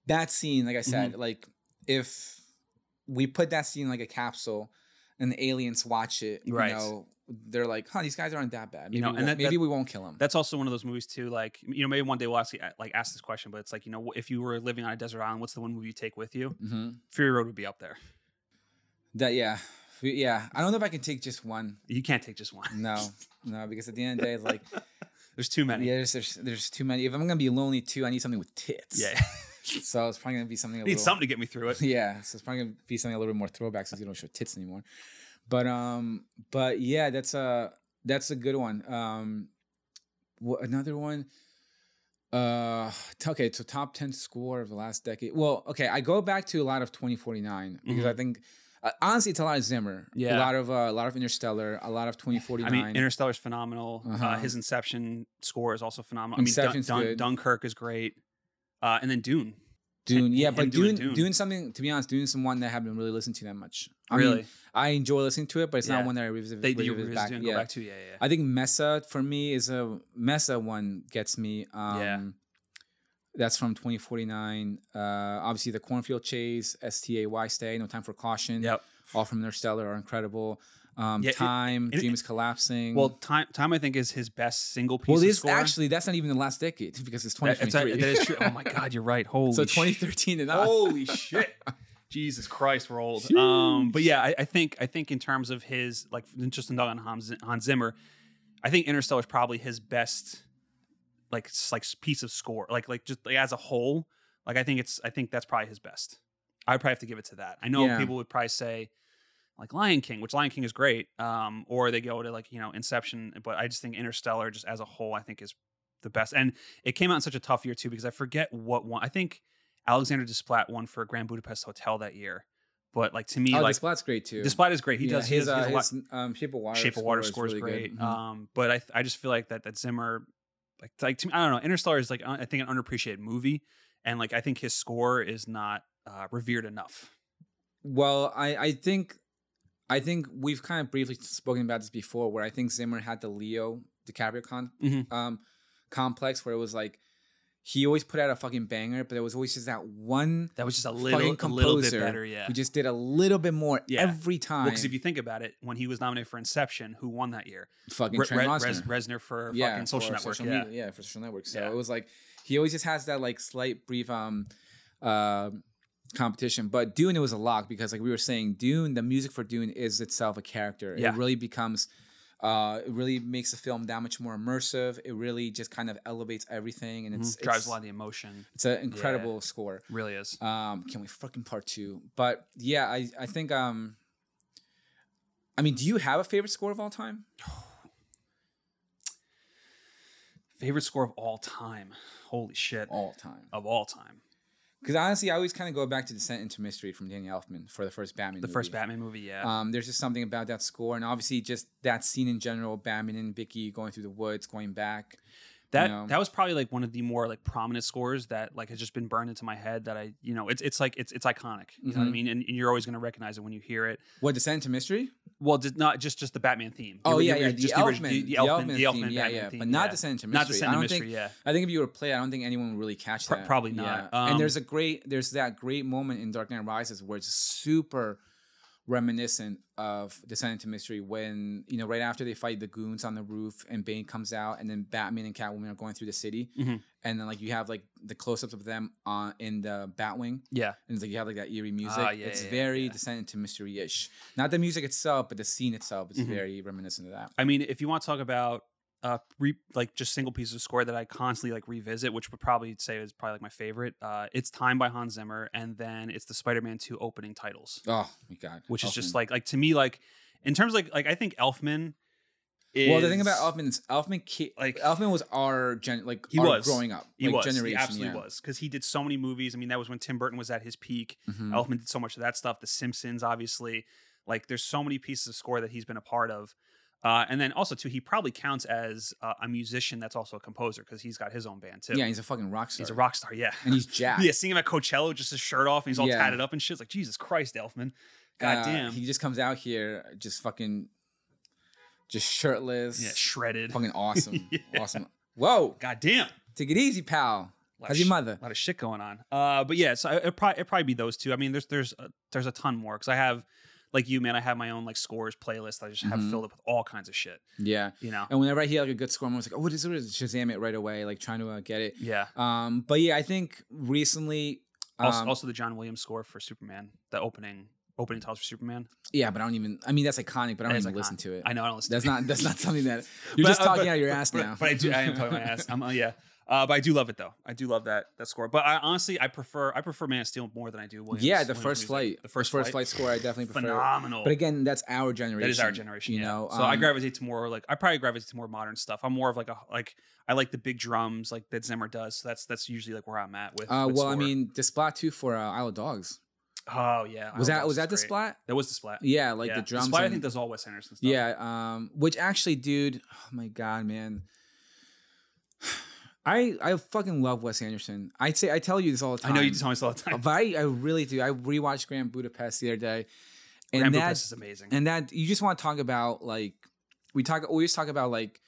Speaker 2: that scene
Speaker 1: Mm-hmm.
Speaker 2: like i said like if we put that scene in, like a capsule and the aliens watch it
Speaker 1: Right.
Speaker 2: you know they're like huh these guys aren't that bad maybe,
Speaker 1: know, and
Speaker 2: we, won't-
Speaker 1: that-
Speaker 2: maybe
Speaker 1: that-
Speaker 2: we won't kill them
Speaker 1: That's also one of those movies too. Like you know, maybe one day we'll ask like ask this question, but it's like you know, if you were living on a desert island, what's the one movie you take with you?
Speaker 2: hmm
Speaker 1: Fury Road would be up there.
Speaker 2: that yeah F- yeah i don't know if i can take just one
Speaker 1: You can't take just one.
Speaker 2: no no because at the end of the day it's like
Speaker 1: There's too many.
Speaker 2: yeah there's, there's there's too many if i'm gonna be lonely too i need something with tits
Speaker 1: yeah.
Speaker 2: so it's probably gonna be something a
Speaker 1: I need
Speaker 2: little
Speaker 1: something to get me through it.
Speaker 2: yeah, so it's probably gonna be something a little bit more throwback since you don't show tits anymore. But um, but yeah, that's a that's a good one. Um, what another one? Uh, t- okay, so top ten score of the last decade. Well, okay, I go back to a lot of twenty forty nine because I think uh, honestly it's a lot of Zimmer,
Speaker 1: Mm-hmm. Yeah.
Speaker 2: a lot of uh, a lot of Interstellar, a lot of twenty forty
Speaker 1: I
Speaker 2: nine.
Speaker 1: mean, Interstellar's phenomenal. uh
Speaker 2: Uh-huh.
Speaker 1: his Inception score is also phenomenal. I mean, Dun-
Speaker 2: Inception's
Speaker 1: Dun-
Speaker 2: good.
Speaker 1: Dunkirk is great, uh, and then Dune.
Speaker 2: Dune, yeah,
Speaker 1: him
Speaker 2: but
Speaker 1: doing
Speaker 2: Dune,
Speaker 1: Dune.
Speaker 2: Dune, something to be honest, Dune is one that I haven't really listened to that much. I
Speaker 1: Really,
Speaker 2: mean, I enjoy listening to it, but it's
Speaker 1: Yeah.
Speaker 2: not one that I revisit.
Speaker 1: they do
Speaker 2: revisit
Speaker 1: back, Dune go
Speaker 2: yeah.
Speaker 1: back to yeah, yeah. yeah.
Speaker 2: I think Mesa for me is a Mesa one gets me. Um,
Speaker 1: Yeah.
Speaker 2: That's from 2049. Uh, obviously, the Cornfield Chase, STAY Stay, No Time for Caution.
Speaker 1: Yep.
Speaker 2: All from Interstellar are incredible. Um,
Speaker 1: Yeah, it-
Speaker 2: time,
Speaker 1: it-
Speaker 2: Dream is Collapsing.
Speaker 1: Well, time time I think is his best single piece.
Speaker 2: mm. well,
Speaker 1: of
Speaker 2: this
Speaker 1: score.
Speaker 2: actually, that's not even the last decade because it's
Speaker 1: That- that's-
Speaker 2: 2023.
Speaker 1: that is true. Oh my God, you're right. Holy
Speaker 2: so
Speaker 1: shit.
Speaker 2: 2013 and on.
Speaker 1: Holy shit. Jesus Christ, we're old. Um, but yeah, I, I think I think in terms of his like just in on Hans, Hans Zimmer, I think Interstellar is probably his best like s- like piece of score. Like like just like as a whole, like I think it's I think that's probably his best. I would probably have to give it to that. I know
Speaker 2: Yeah.
Speaker 1: people would probably say like Lion King, which Lion King is great, um, or they go to like you know Inception, but I just think Interstellar just as a whole, I think is the best. And it came out in such a tough year too because I forget what one. I think Alexander Desplat won for Grand Budapest Hotel that year, but like to me,
Speaker 2: Oh,
Speaker 1: like
Speaker 2: the spot's great too.
Speaker 1: Desplat is great. He
Speaker 2: Yeah,
Speaker 1: does. he
Speaker 2: his,
Speaker 1: does, he
Speaker 2: uh,
Speaker 1: does a lot.
Speaker 2: his, um, Shape of Water.
Speaker 1: Shape of Water
Speaker 2: score
Speaker 1: score is
Speaker 2: really
Speaker 1: great.
Speaker 2: good. Mhm.
Speaker 1: Um, but I I just feel like that that Zimmer like like to me, I don't know. Interstellar is like un- I think an underappreciated movie, and like I think his score is not uh, revered enough.
Speaker 2: Well, I, I think I think we've kind of briefly spoken about this before, where I think Zimmer had the Leo DiCaprio con-
Speaker 1: Mhm.
Speaker 2: um, complex, where it was like he always put out a fucking banger, but there was always just that one
Speaker 1: That was just a little
Speaker 2: fucking
Speaker 1: a little bit
Speaker 2: composer
Speaker 1: better. Yeah.
Speaker 2: who just did a little bit more
Speaker 1: Yeah.
Speaker 2: every time.
Speaker 1: Well, because if you think about it, when he was nominated for Inception, who won that year?
Speaker 2: fucking
Speaker 1: Re-
Speaker 2: Trent
Speaker 1: Re-
Speaker 2: Reznor.
Speaker 1: Res- Reznor for fucking Social
Speaker 2: for
Speaker 1: Network.
Speaker 2: social
Speaker 1: yeah.
Speaker 2: media- yeah, for social network. So
Speaker 1: Yeah.
Speaker 2: it was like he always just has that like slight brief um uh, competition. But Dune, it was a lock because like we were saying, Dune, the music for Dune is itself a character.
Speaker 1: Yeah.
Speaker 2: It really becomes uh it really makes the film that much more immersive. It really just kind of elevates everything and it's
Speaker 1: Mhm. drives
Speaker 2: it's,
Speaker 1: a lot of the emotion.
Speaker 2: it's an incredible score.
Speaker 1: Really is.
Speaker 2: Um, can we fucking part two? But yeah, I I think um. I mean, do you have a favorite score of all time?
Speaker 1: Favorite score of all time. Holy shit.
Speaker 2: All time.
Speaker 1: Of all time.
Speaker 2: Because honestly, I always kind of go back to Descent into Mystery from Danny Elfman for the first Batman.
Speaker 1: The first Batman movie, yeah.
Speaker 2: Um, there's just something about that score, and obviously just that scene in general, Batman and Vicky going through the woods, going back.
Speaker 1: that
Speaker 2: know.
Speaker 1: that was probably like one of the more like prominent scores that like has just been burned into my head that I, you
Speaker 2: Mm-hmm.
Speaker 1: know, it's it's like it's it's iconic. You know what I mean? And, and you're always gonna recognize it when you hear it.
Speaker 2: What Descent into Mystery?
Speaker 1: Well, just, not just just the Batman theme.
Speaker 2: Oh
Speaker 1: You-
Speaker 2: yeah,
Speaker 1: you-
Speaker 2: yeah.
Speaker 1: you-
Speaker 2: The,
Speaker 1: just
Speaker 2: Elfman,
Speaker 1: the,
Speaker 2: the
Speaker 1: Elfman,
Speaker 2: Elfman,
Speaker 1: the Elfman
Speaker 2: theme, yeah,
Speaker 1: Batman
Speaker 2: yeah,
Speaker 1: theme,
Speaker 2: but not
Speaker 1: yeah.
Speaker 2: the Scent of Mystery.
Speaker 1: Not the Scent
Speaker 2: I
Speaker 1: of
Speaker 2: don't
Speaker 1: Mystery.
Speaker 2: Think,
Speaker 1: yeah,
Speaker 2: I think if you were to play, I don't think anyone would really catch
Speaker 1: Pro-
Speaker 2: that.
Speaker 1: probably not.
Speaker 2: Yeah.
Speaker 1: Um,
Speaker 2: and there's a great, there's that great moment in Dark Knight Rises where it's super reminiscent of Descent into Mystery when you know right after they fight the goons on the roof and Bane comes out and then Batman and Catwoman are going through the city
Speaker 1: Mhm.
Speaker 2: and then like you have like the close-ups of them on in the Batwing
Speaker 1: yeah.
Speaker 2: and it's like you have like that eerie music.
Speaker 1: Ah, yeah,
Speaker 2: it's
Speaker 1: yeah,
Speaker 2: very
Speaker 1: yeah.
Speaker 2: Descent into Mystery-ish. Not the music itself, but the scene itself is
Speaker 1: Mhm.
Speaker 2: very reminiscent of that.
Speaker 1: I mean, if you want to talk about uh, re- like just single pieces of score that I constantly like revisit, which would probably say is probably like my favorite. Uh, it's Time by Hans Zimmer, and then it's the Spider-Man Two opening titles,
Speaker 2: Oh my god,
Speaker 1: which is just
Speaker 2: Elfman.
Speaker 1: like like to me like in terms of, like like I think Elfman. Is,
Speaker 2: Well, the thing about Elfman is Elfman, ki-
Speaker 1: like-
Speaker 2: like Elfman was our gen, like
Speaker 1: He
Speaker 2: our
Speaker 1: was.
Speaker 2: growing up,
Speaker 1: he
Speaker 2: like
Speaker 1: was
Speaker 2: generation,
Speaker 1: he absolutely
Speaker 2: yeah.
Speaker 1: was because he did so many movies. I mean, that was when Tim Burton was at his peak.
Speaker 2: Mhm.
Speaker 1: Elfman did so much of that stuff. The Simpsons, obviously. Like, there's so many pieces of score that he's been a part of. Uh, and then also, too, he probably counts as uh, a musician that's also a composer because he's got his own band, too.
Speaker 2: Yeah, he's a fucking rock star.
Speaker 1: he's a rock star. Yeah.
Speaker 2: and he's jacked.
Speaker 1: yeah, seeing him at Coachella, just his shirt off, and he's all
Speaker 2: Yeah.
Speaker 1: tatted up and shit. It's like, Jesus Christ, Elfman. God
Speaker 2: Uh,
Speaker 1: damn.
Speaker 2: he just comes out here just fucking, just shirtless.
Speaker 1: yeah, shredded.
Speaker 2: fucking awesome,
Speaker 1: Yeah.
Speaker 2: awesome. Whoa,
Speaker 1: God damn.
Speaker 2: take it easy, pal.
Speaker 1: lot
Speaker 2: How's
Speaker 1: of
Speaker 2: your
Speaker 1: sh-
Speaker 2: mother?
Speaker 1: A lot of shit going on. Uh, but yeah, so it probably it probably be those two. I mean, there's there's a, there's a ton more because I have like you, man. I have my own like scores playlist. I just have
Speaker 2: Mhm.
Speaker 1: filled up with all kinds of shit.
Speaker 2: Yeah.
Speaker 1: You know.
Speaker 2: And whenever I hear like a good score, I'm always like, oh, what is it? What is it? Shazam it right away, like trying to uh, get it.
Speaker 1: Yeah.
Speaker 2: Um, but yeah, I think recently. Um,
Speaker 1: Also, also the John Williams score for Superman, the opening opening titles for Superman.
Speaker 2: yeah, but I don't even. I mean, that's iconic, but
Speaker 1: That
Speaker 2: I don't
Speaker 1: is
Speaker 2: even listen
Speaker 1: iconic.
Speaker 2: to it.
Speaker 1: I know I don't listen.
Speaker 2: That's
Speaker 1: to it.
Speaker 2: not that's not something that you're
Speaker 1: But-
Speaker 2: just
Speaker 1: uh,
Speaker 2: talking
Speaker 1: but-
Speaker 2: out of your
Speaker 1: but-
Speaker 2: ass
Speaker 1: but-
Speaker 2: now.
Speaker 1: But I do. I am talking my ass. I'm uh, yeah. Uh, but I do love it though. I do love that that score. But I honestly, I prefer I prefer Man of Steel more than I do Williams.
Speaker 2: yeah, the
Speaker 1: Williams
Speaker 2: first
Speaker 1: music.
Speaker 2: flight,
Speaker 1: the first,
Speaker 2: first flight score, I definitely prefer.
Speaker 1: phenomenal.
Speaker 2: But again, that's our generation.
Speaker 1: That is our generation.
Speaker 2: You
Speaker 1: yeah.
Speaker 2: know,
Speaker 1: so I
Speaker 2: um,
Speaker 1: gravitate to more like I probably gravitate to more modern stuff. I'm more of like a like I like the big drums like that Zimmer does. So that's that's usually like where I'm at with.
Speaker 2: Uh,
Speaker 1: with
Speaker 2: well, I
Speaker 1: score.
Speaker 2: mean, the splat too for uh, Isle of Dogs.
Speaker 1: oh yeah,
Speaker 2: Was
Speaker 1: Isle
Speaker 2: that
Speaker 1: of Dogs
Speaker 2: was that the
Speaker 1: is great.
Speaker 2: splat?
Speaker 1: That was the splat.
Speaker 2: Yeah, like
Speaker 1: Yeah.
Speaker 2: the drums.
Speaker 1: splat, I
Speaker 2: and-
Speaker 1: think does all Wes Anderson stuff.
Speaker 2: Yeah, um, which actually, dude, oh my god, man, I I fucking love Wes Anderson. I say I tell you this all the
Speaker 1: I
Speaker 2: time.
Speaker 1: know you tell me this all the time.
Speaker 2: but I, I really do. I rewatched Grand Budapest the other day, and
Speaker 1: Grand
Speaker 2: that
Speaker 1: Budapest is amazing.
Speaker 2: and that you just want to talk about like we talk we always talk about like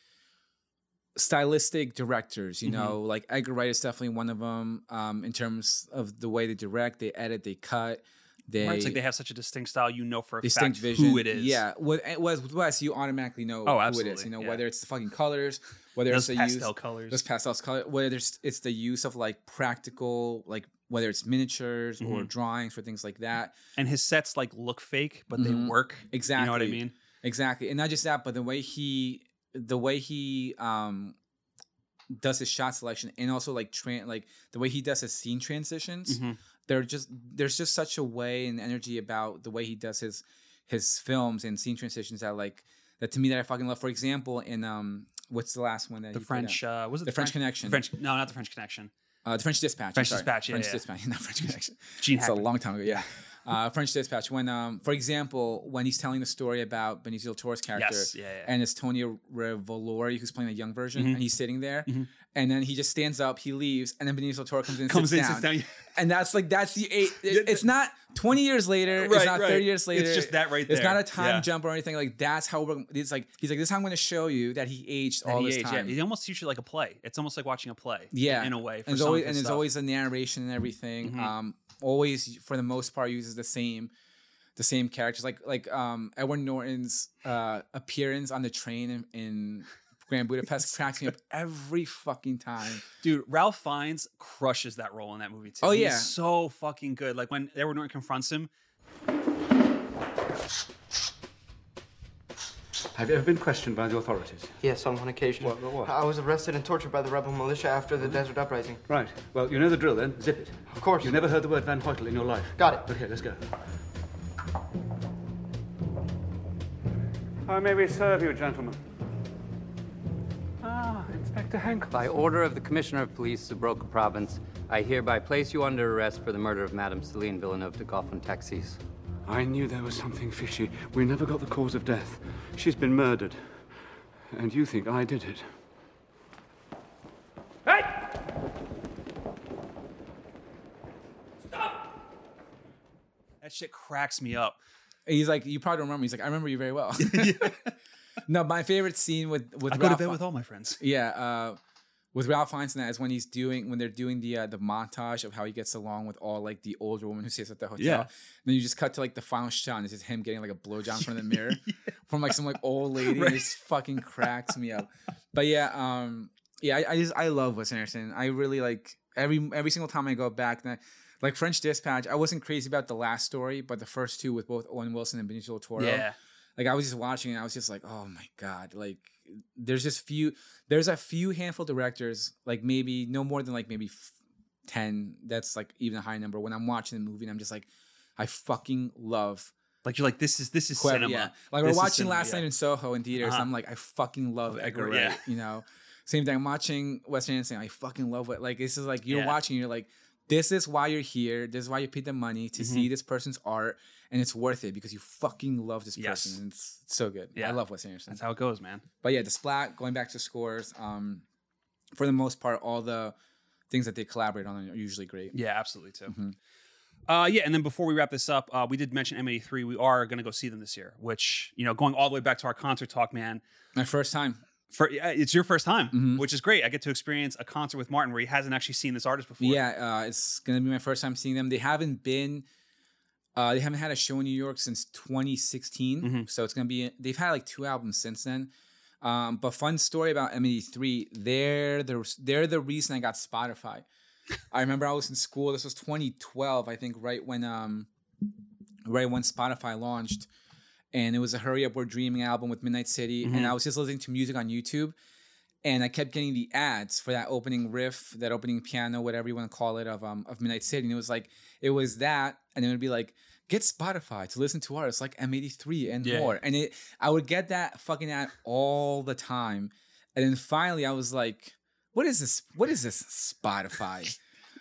Speaker 2: stylistic directors
Speaker 1: Mm-hmm.
Speaker 2: you know like edgar wright is definitely one of them um in terms of the way they direct they edit they cut they
Speaker 1: Where it's like they have such a distinct style. You know for a fact
Speaker 2: distinct vision
Speaker 1: who it is.
Speaker 2: yeah what it was with wes you automatically
Speaker 1: Oh,
Speaker 2: know who it is
Speaker 1: absolutely,
Speaker 2: you know
Speaker 1: yeah.
Speaker 2: whether it's the fucking colors whether
Speaker 1: those
Speaker 2: it's the
Speaker 1: pastel
Speaker 2: use
Speaker 1: colors.
Speaker 2: those pastels color whether it's it's the use of like practical like whether it's miniatures or
Speaker 1: Mhm.
Speaker 2: drawings or things like that
Speaker 1: and his sets like look fake, but they
Speaker 2: Mhm.
Speaker 1: work.
Speaker 2: exactly
Speaker 1: You know what I mean?
Speaker 2: Exactly. And not just that, but the way he the way he um does his shot selection and also like tran like the way he does his scene transitions,
Speaker 1: Mhm.
Speaker 2: they're just there's just such a way and energy about the way he does his his films and scene transitions that like that to me that I fucking love. For example, in um what's the last one that
Speaker 1: The
Speaker 2: he put
Speaker 1: French.
Speaker 2: out?
Speaker 1: Uh, was it
Speaker 2: The French Connection.
Speaker 1: French. No, not the French Connection.
Speaker 2: uh, the French Dispatch. I'm
Speaker 1: French
Speaker 2: sorry.
Speaker 1: Dispatch, yeah,
Speaker 2: French
Speaker 1: yeah.
Speaker 2: Dispatch, not French Connection.
Speaker 1: Gene
Speaker 2: It's a
Speaker 1: Hackman.
Speaker 2: long time ago. Yeah. Uh, French Dispatch. When, um, for example, when he's telling the story about Benicio del Toro's character,
Speaker 1: Yes, yeah, Mm-hmm. yeah.
Speaker 2: and it's Tony Revolori who's playing the young version, and he's sitting there, and then he just stands up, he leaves, and then Benicio del Toro comes in, and
Speaker 1: Comes
Speaker 2: sits
Speaker 1: in, sits
Speaker 2: down.
Speaker 1: down.
Speaker 2: and that's like that's the eight. it- it's not twenty years later.
Speaker 1: Right,
Speaker 2: it's not
Speaker 1: right.
Speaker 2: thirty years
Speaker 1: It's
Speaker 2: later.
Speaker 1: just that right
Speaker 2: It's not
Speaker 1: there.
Speaker 2: a time
Speaker 1: Yeah.
Speaker 2: jump or anything. Like that's how we're. It's like he's like this. is how I'm going to show you that he aged all
Speaker 1: He
Speaker 2: this
Speaker 1: aged, yeah.
Speaker 2: time.
Speaker 1: It almost teaches you like a play. It's almost like watching a play.
Speaker 2: yeah
Speaker 1: in a way. For
Speaker 2: and, it's
Speaker 1: some
Speaker 2: always,
Speaker 1: of
Speaker 2: and
Speaker 1: his
Speaker 2: there's
Speaker 1: stuff. Mm-hmm.
Speaker 2: always a narration and everything um always for the most part uses the same the same characters like like um edward norton's uh appearance on the train in, in grand budapest cracks me up every fucking time
Speaker 1: dude. Ralph Fiennes crushes that role in that movie too.
Speaker 2: Oh,
Speaker 1: He's
Speaker 2: yeah.
Speaker 1: so fucking good. Like when Edward Norton confronts him,
Speaker 8: Have you ever been questioned by the authorities?
Speaker 9: Yes, on one occasion.
Speaker 8: What- what- what?
Speaker 9: I was arrested and tortured by the rebel militia after the desert uprising.
Speaker 8: Right. Well, you know the drill then. Zip it.
Speaker 9: Of course.
Speaker 8: You never heard the word Van Hoytel in your life.
Speaker 9: Got it.
Speaker 8: Okay, let's go.
Speaker 10: How may we serve you, gentlemen? Ah, Inspector Hancock.
Speaker 11: By order of the Commissioner of Police, Subroca Province, I hereby place you under arrest for the murder of Madame Celine Villeneuve de Goffin Taxis.
Speaker 8: I knew there was something fishy. We never got the cause of death. She's been murdered. And you think I did it.
Speaker 10: Hey!
Speaker 1: that shit cracks me up.
Speaker 2: He's like, you probably don't remember. He's like, I remember you very well. no, my favorite scene with with
Speaker 1: I go to
Speaker 2: Ralph
Speaker 1: bed
Speaker 2: Fi-
Speaker 1: with all my friends.
Speaker 2: yeah, uh, with Ralph Fiennes and that is when he's doing when they're doing the uh, the montage of how he gets along with all like the older woman who stays at the hotel.
Speaker 1: Yeah.
Speaker 2: And then you just cut to like the final shot and it's just him getting like a blowjob from the mirror from like some like old lady.
Speaker 1: Right.
Speaker 2: It just fucking cracks me up. But yeah, um, yeah, I, I just I love Wes Anderson. I really like every every single time I go back and I, like French Dispatch. I wasn't crazy about the last story, but the first two with both Owen Wilson and Benicio del Toro
Speaker 1: Yeah.
Speaker 2: like I was just watching and I was just like, oh my god, like there's just few, there's a few handful directors, like maybe no more than like maybe f- ten. That's like even a high number. When I'm watching the movie, and I'm just like, I fucking love
Speaker 1: Like you're like this is this is
Speaker 2: whoever-
Speaker 1: cinema.
Speaker 2: yeah.
Speaker 1: This
Speaker 2: Like we're
Speaker 1: is
Speaker 2: watching
Speaker 1: cinema,
Speaker 2: last
Speaker 1: yeah.
Speaker 2: night in Soho in theaters.
Speaker 1: Uh-huh.
Speaker 2: I'm like, I fucking love Edgar
Speaker 1: Edgar
Speaker 2: Wright.
Speaker 1: Wright, yeah.
Speaker 2: You know, same thing. I'm watching Wes Anderson. I fucking love what like this is like. You're
Speaker 1: Yeah.
Speaker 2: watching. You're like, this is why you're here. This is why you paid the money to
Speaker 1: Mm-hmm.
Speaker 2: see this person's art, and it's worth it because you fucking love this
Speaker 1: Yes.
Speaker 2: person. And it's so good. I
Speaker 1: Yeah.
Speaker 2: love Wes Anderson.
Speaker 1: That's how it goes, man.
Speaker 2: But yeah, the splat, going back to scores, um, for the most part, all the things that they collaborate on are usually great.
Speaker 1: Yeah, absolutely too.
Speaker 2: Mm-hmm.
Speaker 1: Uh, yeah, and then before we wrap this up, uh, we did mention M83. We are going to go see them this year, which you know, going all the way back to our concert talk, man.
Speaker 2: My first time.
Speaker 1: For yeah, it's your first time,
Speaker 2: Mm-hmm.
Speaker 1: which is great. I get to experience a concert with Martin where he hasn't actually seen this artist before.
Speaker 2: Yeah, uh, it's gonna be my first time seeing them. They haven't been, uh, they haven't had a show in New York since 2016. So it's gonna be. They've had like two albums since then. Um, but fun story about M83. They're the they're the reason I got Spotify. I remember I was in school. This was 2012, I think, right when um, right when Spotify launched, and it was a "Hurry Up We're Dreaming" album with Midnight City, and I was just listening to music on YouTube, and I kept getting the ads for that opening riff, that opening piano, whatever you want to call it, of um of Midnight City. And it was like it was that, and it would be like get Spotify to listen to artists like M83 and
Speaker 1: Yeah.
Speaker 2: more. And it I would get that fucking ad all the time, and then finally I was like, what is this? What is this Spotify?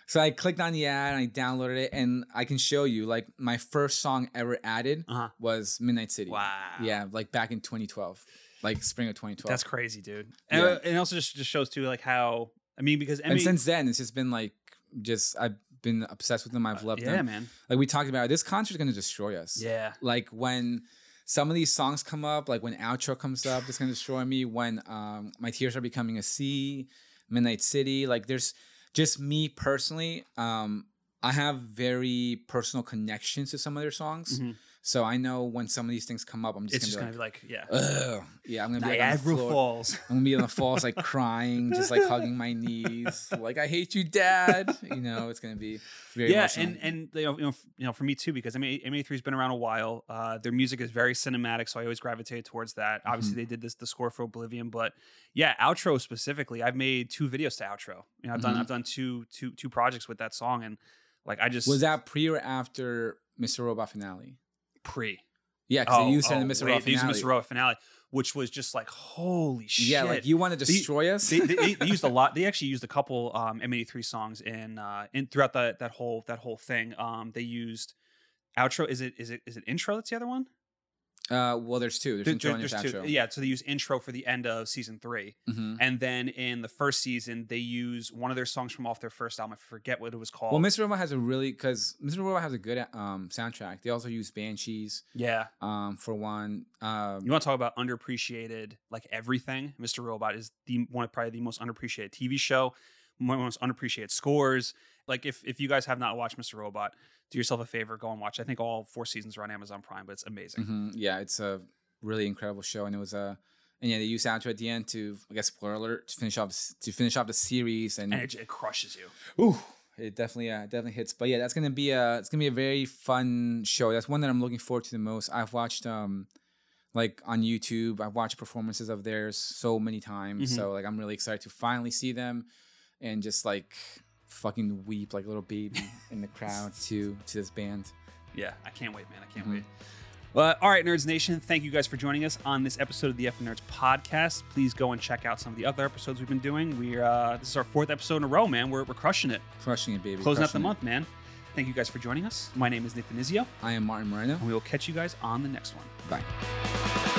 Speaker 2: so I clicked on the ad and I downloaded it, and I can show you like my first song ever added
Speaker 1: Uh-huh.
Speaker 2: was Midnight City.
Speaker 1: Wow.
Speaker 2: Yeah, like back in 2012, like spring of 2012.
Speaker 1: that's crazy, dude. And,
Speaker 2: Yeah.
Speaker 1: and also just just shows too like how I mean because I
Speaker 2: and
Speaker 1: mean,
Speaker 2: since then, it's just been like, just I've been obsessed with them. I've loved
Speaker 1: Uh, yeah,
Speaker 2: them.
Speaker 1: man,
Speaker 2: Like we talked about, this concert's gonna destroy us.
Speaker 1: yeah,
Speaker 2: Like when some of these songs come up, like when outro comes up, it's gonna destroy me. When um, my tears are becoming a sea, Midnight City. Like there's just me personally. Um, I have very personal connections to some of their songs, so I know when some of these things come up, I'm
Speaker 1: Mm-hmm.
Speaker 2: just
Speaker 1: it's just
Speaker 2: gonna
Speaker 1: gonna
Speaker 2: be
Speaker 1: be
Speaker 2: like,
Speaker 1: like yeah,
Speaker 2: Ugh. yeah, I'm gonna be like, on the
Speaker 1: Niagara
Speaker 2: floor.
Speaker 1: Falls.
Speaker 2: I'm gonna be on the falls, like crying, just like hugging my knees, like I hate you, Dad. You know, it's gonna be very
Speaker 1: yeah,
Speaker 2: emotional.
Speaker 1: and and you know, you know, f- you know, for me too, because I mean, M83 has been around a while. Uh, their music is very cinematic, so I always gravitate towards that. Obviously,
Speaker 2: Mm-hmm.
Speaker 1: they did this the score for Oblivion, but yeah, outro specifically, I've made two videos to outro. You know, I've done
Speaker 2: Mm-hmm.
Speaker 1: I've done two two two projects with that song, and like I just
Speaker 2: was that pre or after Mr. Robot finale?
Speaker 1: pre.
Speaker 2: Yeah, because
Speaker 1: Oh,
Speaker 2: they used it in
Speaker 1: oh,
Speaker 2: the Mr.
Speaker 1: wait,
Speaker 2: Robot
Speaker 1: they used
Speaker 2: finale.
Speaker 1: Mr. Robot finale, which was just like holy shit.
Speaker 2: yeah, like you want to
Speaker 1: They-
Speaker 2: destroy us?
Speaker 1: they, they, they used a lot. They actually used a couple um, M83 songs in uh, in throughout that that whole that whole thing. Um, they used outro. Is it is it is it intro? That's the other one.
Speaker 2: uh, well, there's two. There's
Speaker 1: There-
Speaker 2: intro
Speaker 1: there-
Speaker 2: and there's,
Speaker 1: there's two.
Speaker 2: outro.
Speaker 1: Yeah, so they use intro for the end of season 3
Speaker 2: Mhm.
Speaker 1: and then in the first season they use one of their songs from off their first album. I forget what it was called.
Speaker 2: Well, Mr. Robot has a really because Mr. Robot has a good um, soundtrack. They also use Banshees
Speaker 1: yeah,
Speaker 2: um, for one. Um,
Speaker 1: you want to talk about underappreciated? Like everything, Mr. Robot is the one of probably the most underappreciated TV show, one of the most underappreciated scores. Like if if you guys have not watched Mr. Robot, do yourself a favor, go and watch. it. I think all four seasons are on Amazon Prime, but it's amazing.
Speaker 2: mhm, yeah, it's a really incredible show, and it was a. And yeah, they use outro at the end to, I guess, spoiler alert, to finish off to finish off the series, and
Speaker 1: And it, it crushes you.
Speaker 2: Ooh, it definitely uh, definitely hits. But yeah, that's gonna be a it's gonna be a very fun show. That's one that I'm looking forward to the most. I've watched um like on YouTube, I've watched performances of theirs so many times.
Speaker 1: Mm-hmm.
Speaker 2: So like I'm really excited to finally see them and just like fucking weep like a little baby in the crowd to to this band.
Speaker 1: Yeah, I can't wait, man. I
Speaker 2: Mm-hmm.
Speaker 1: can't wait. Well, all right, Nerds Nation, thank you guys for joining us on this episode of the F and Nerds podcast. Please go and check out some of the other episodes we've been doing. We're uh, this is our fourth episode in a row, man. We're, we're crushing it,
Speaker 2: Crushing it, baby.
Speaker 1: closing out the
Speaker 2: crushing it.
Speaker 1: month, man. Thank you guys for joining us. My name is Nick Venizio,
Speaker 2: I am Martin Moreno.
Speaker 1: and we will catch you guys on the next one.
Speaker 2: Bye.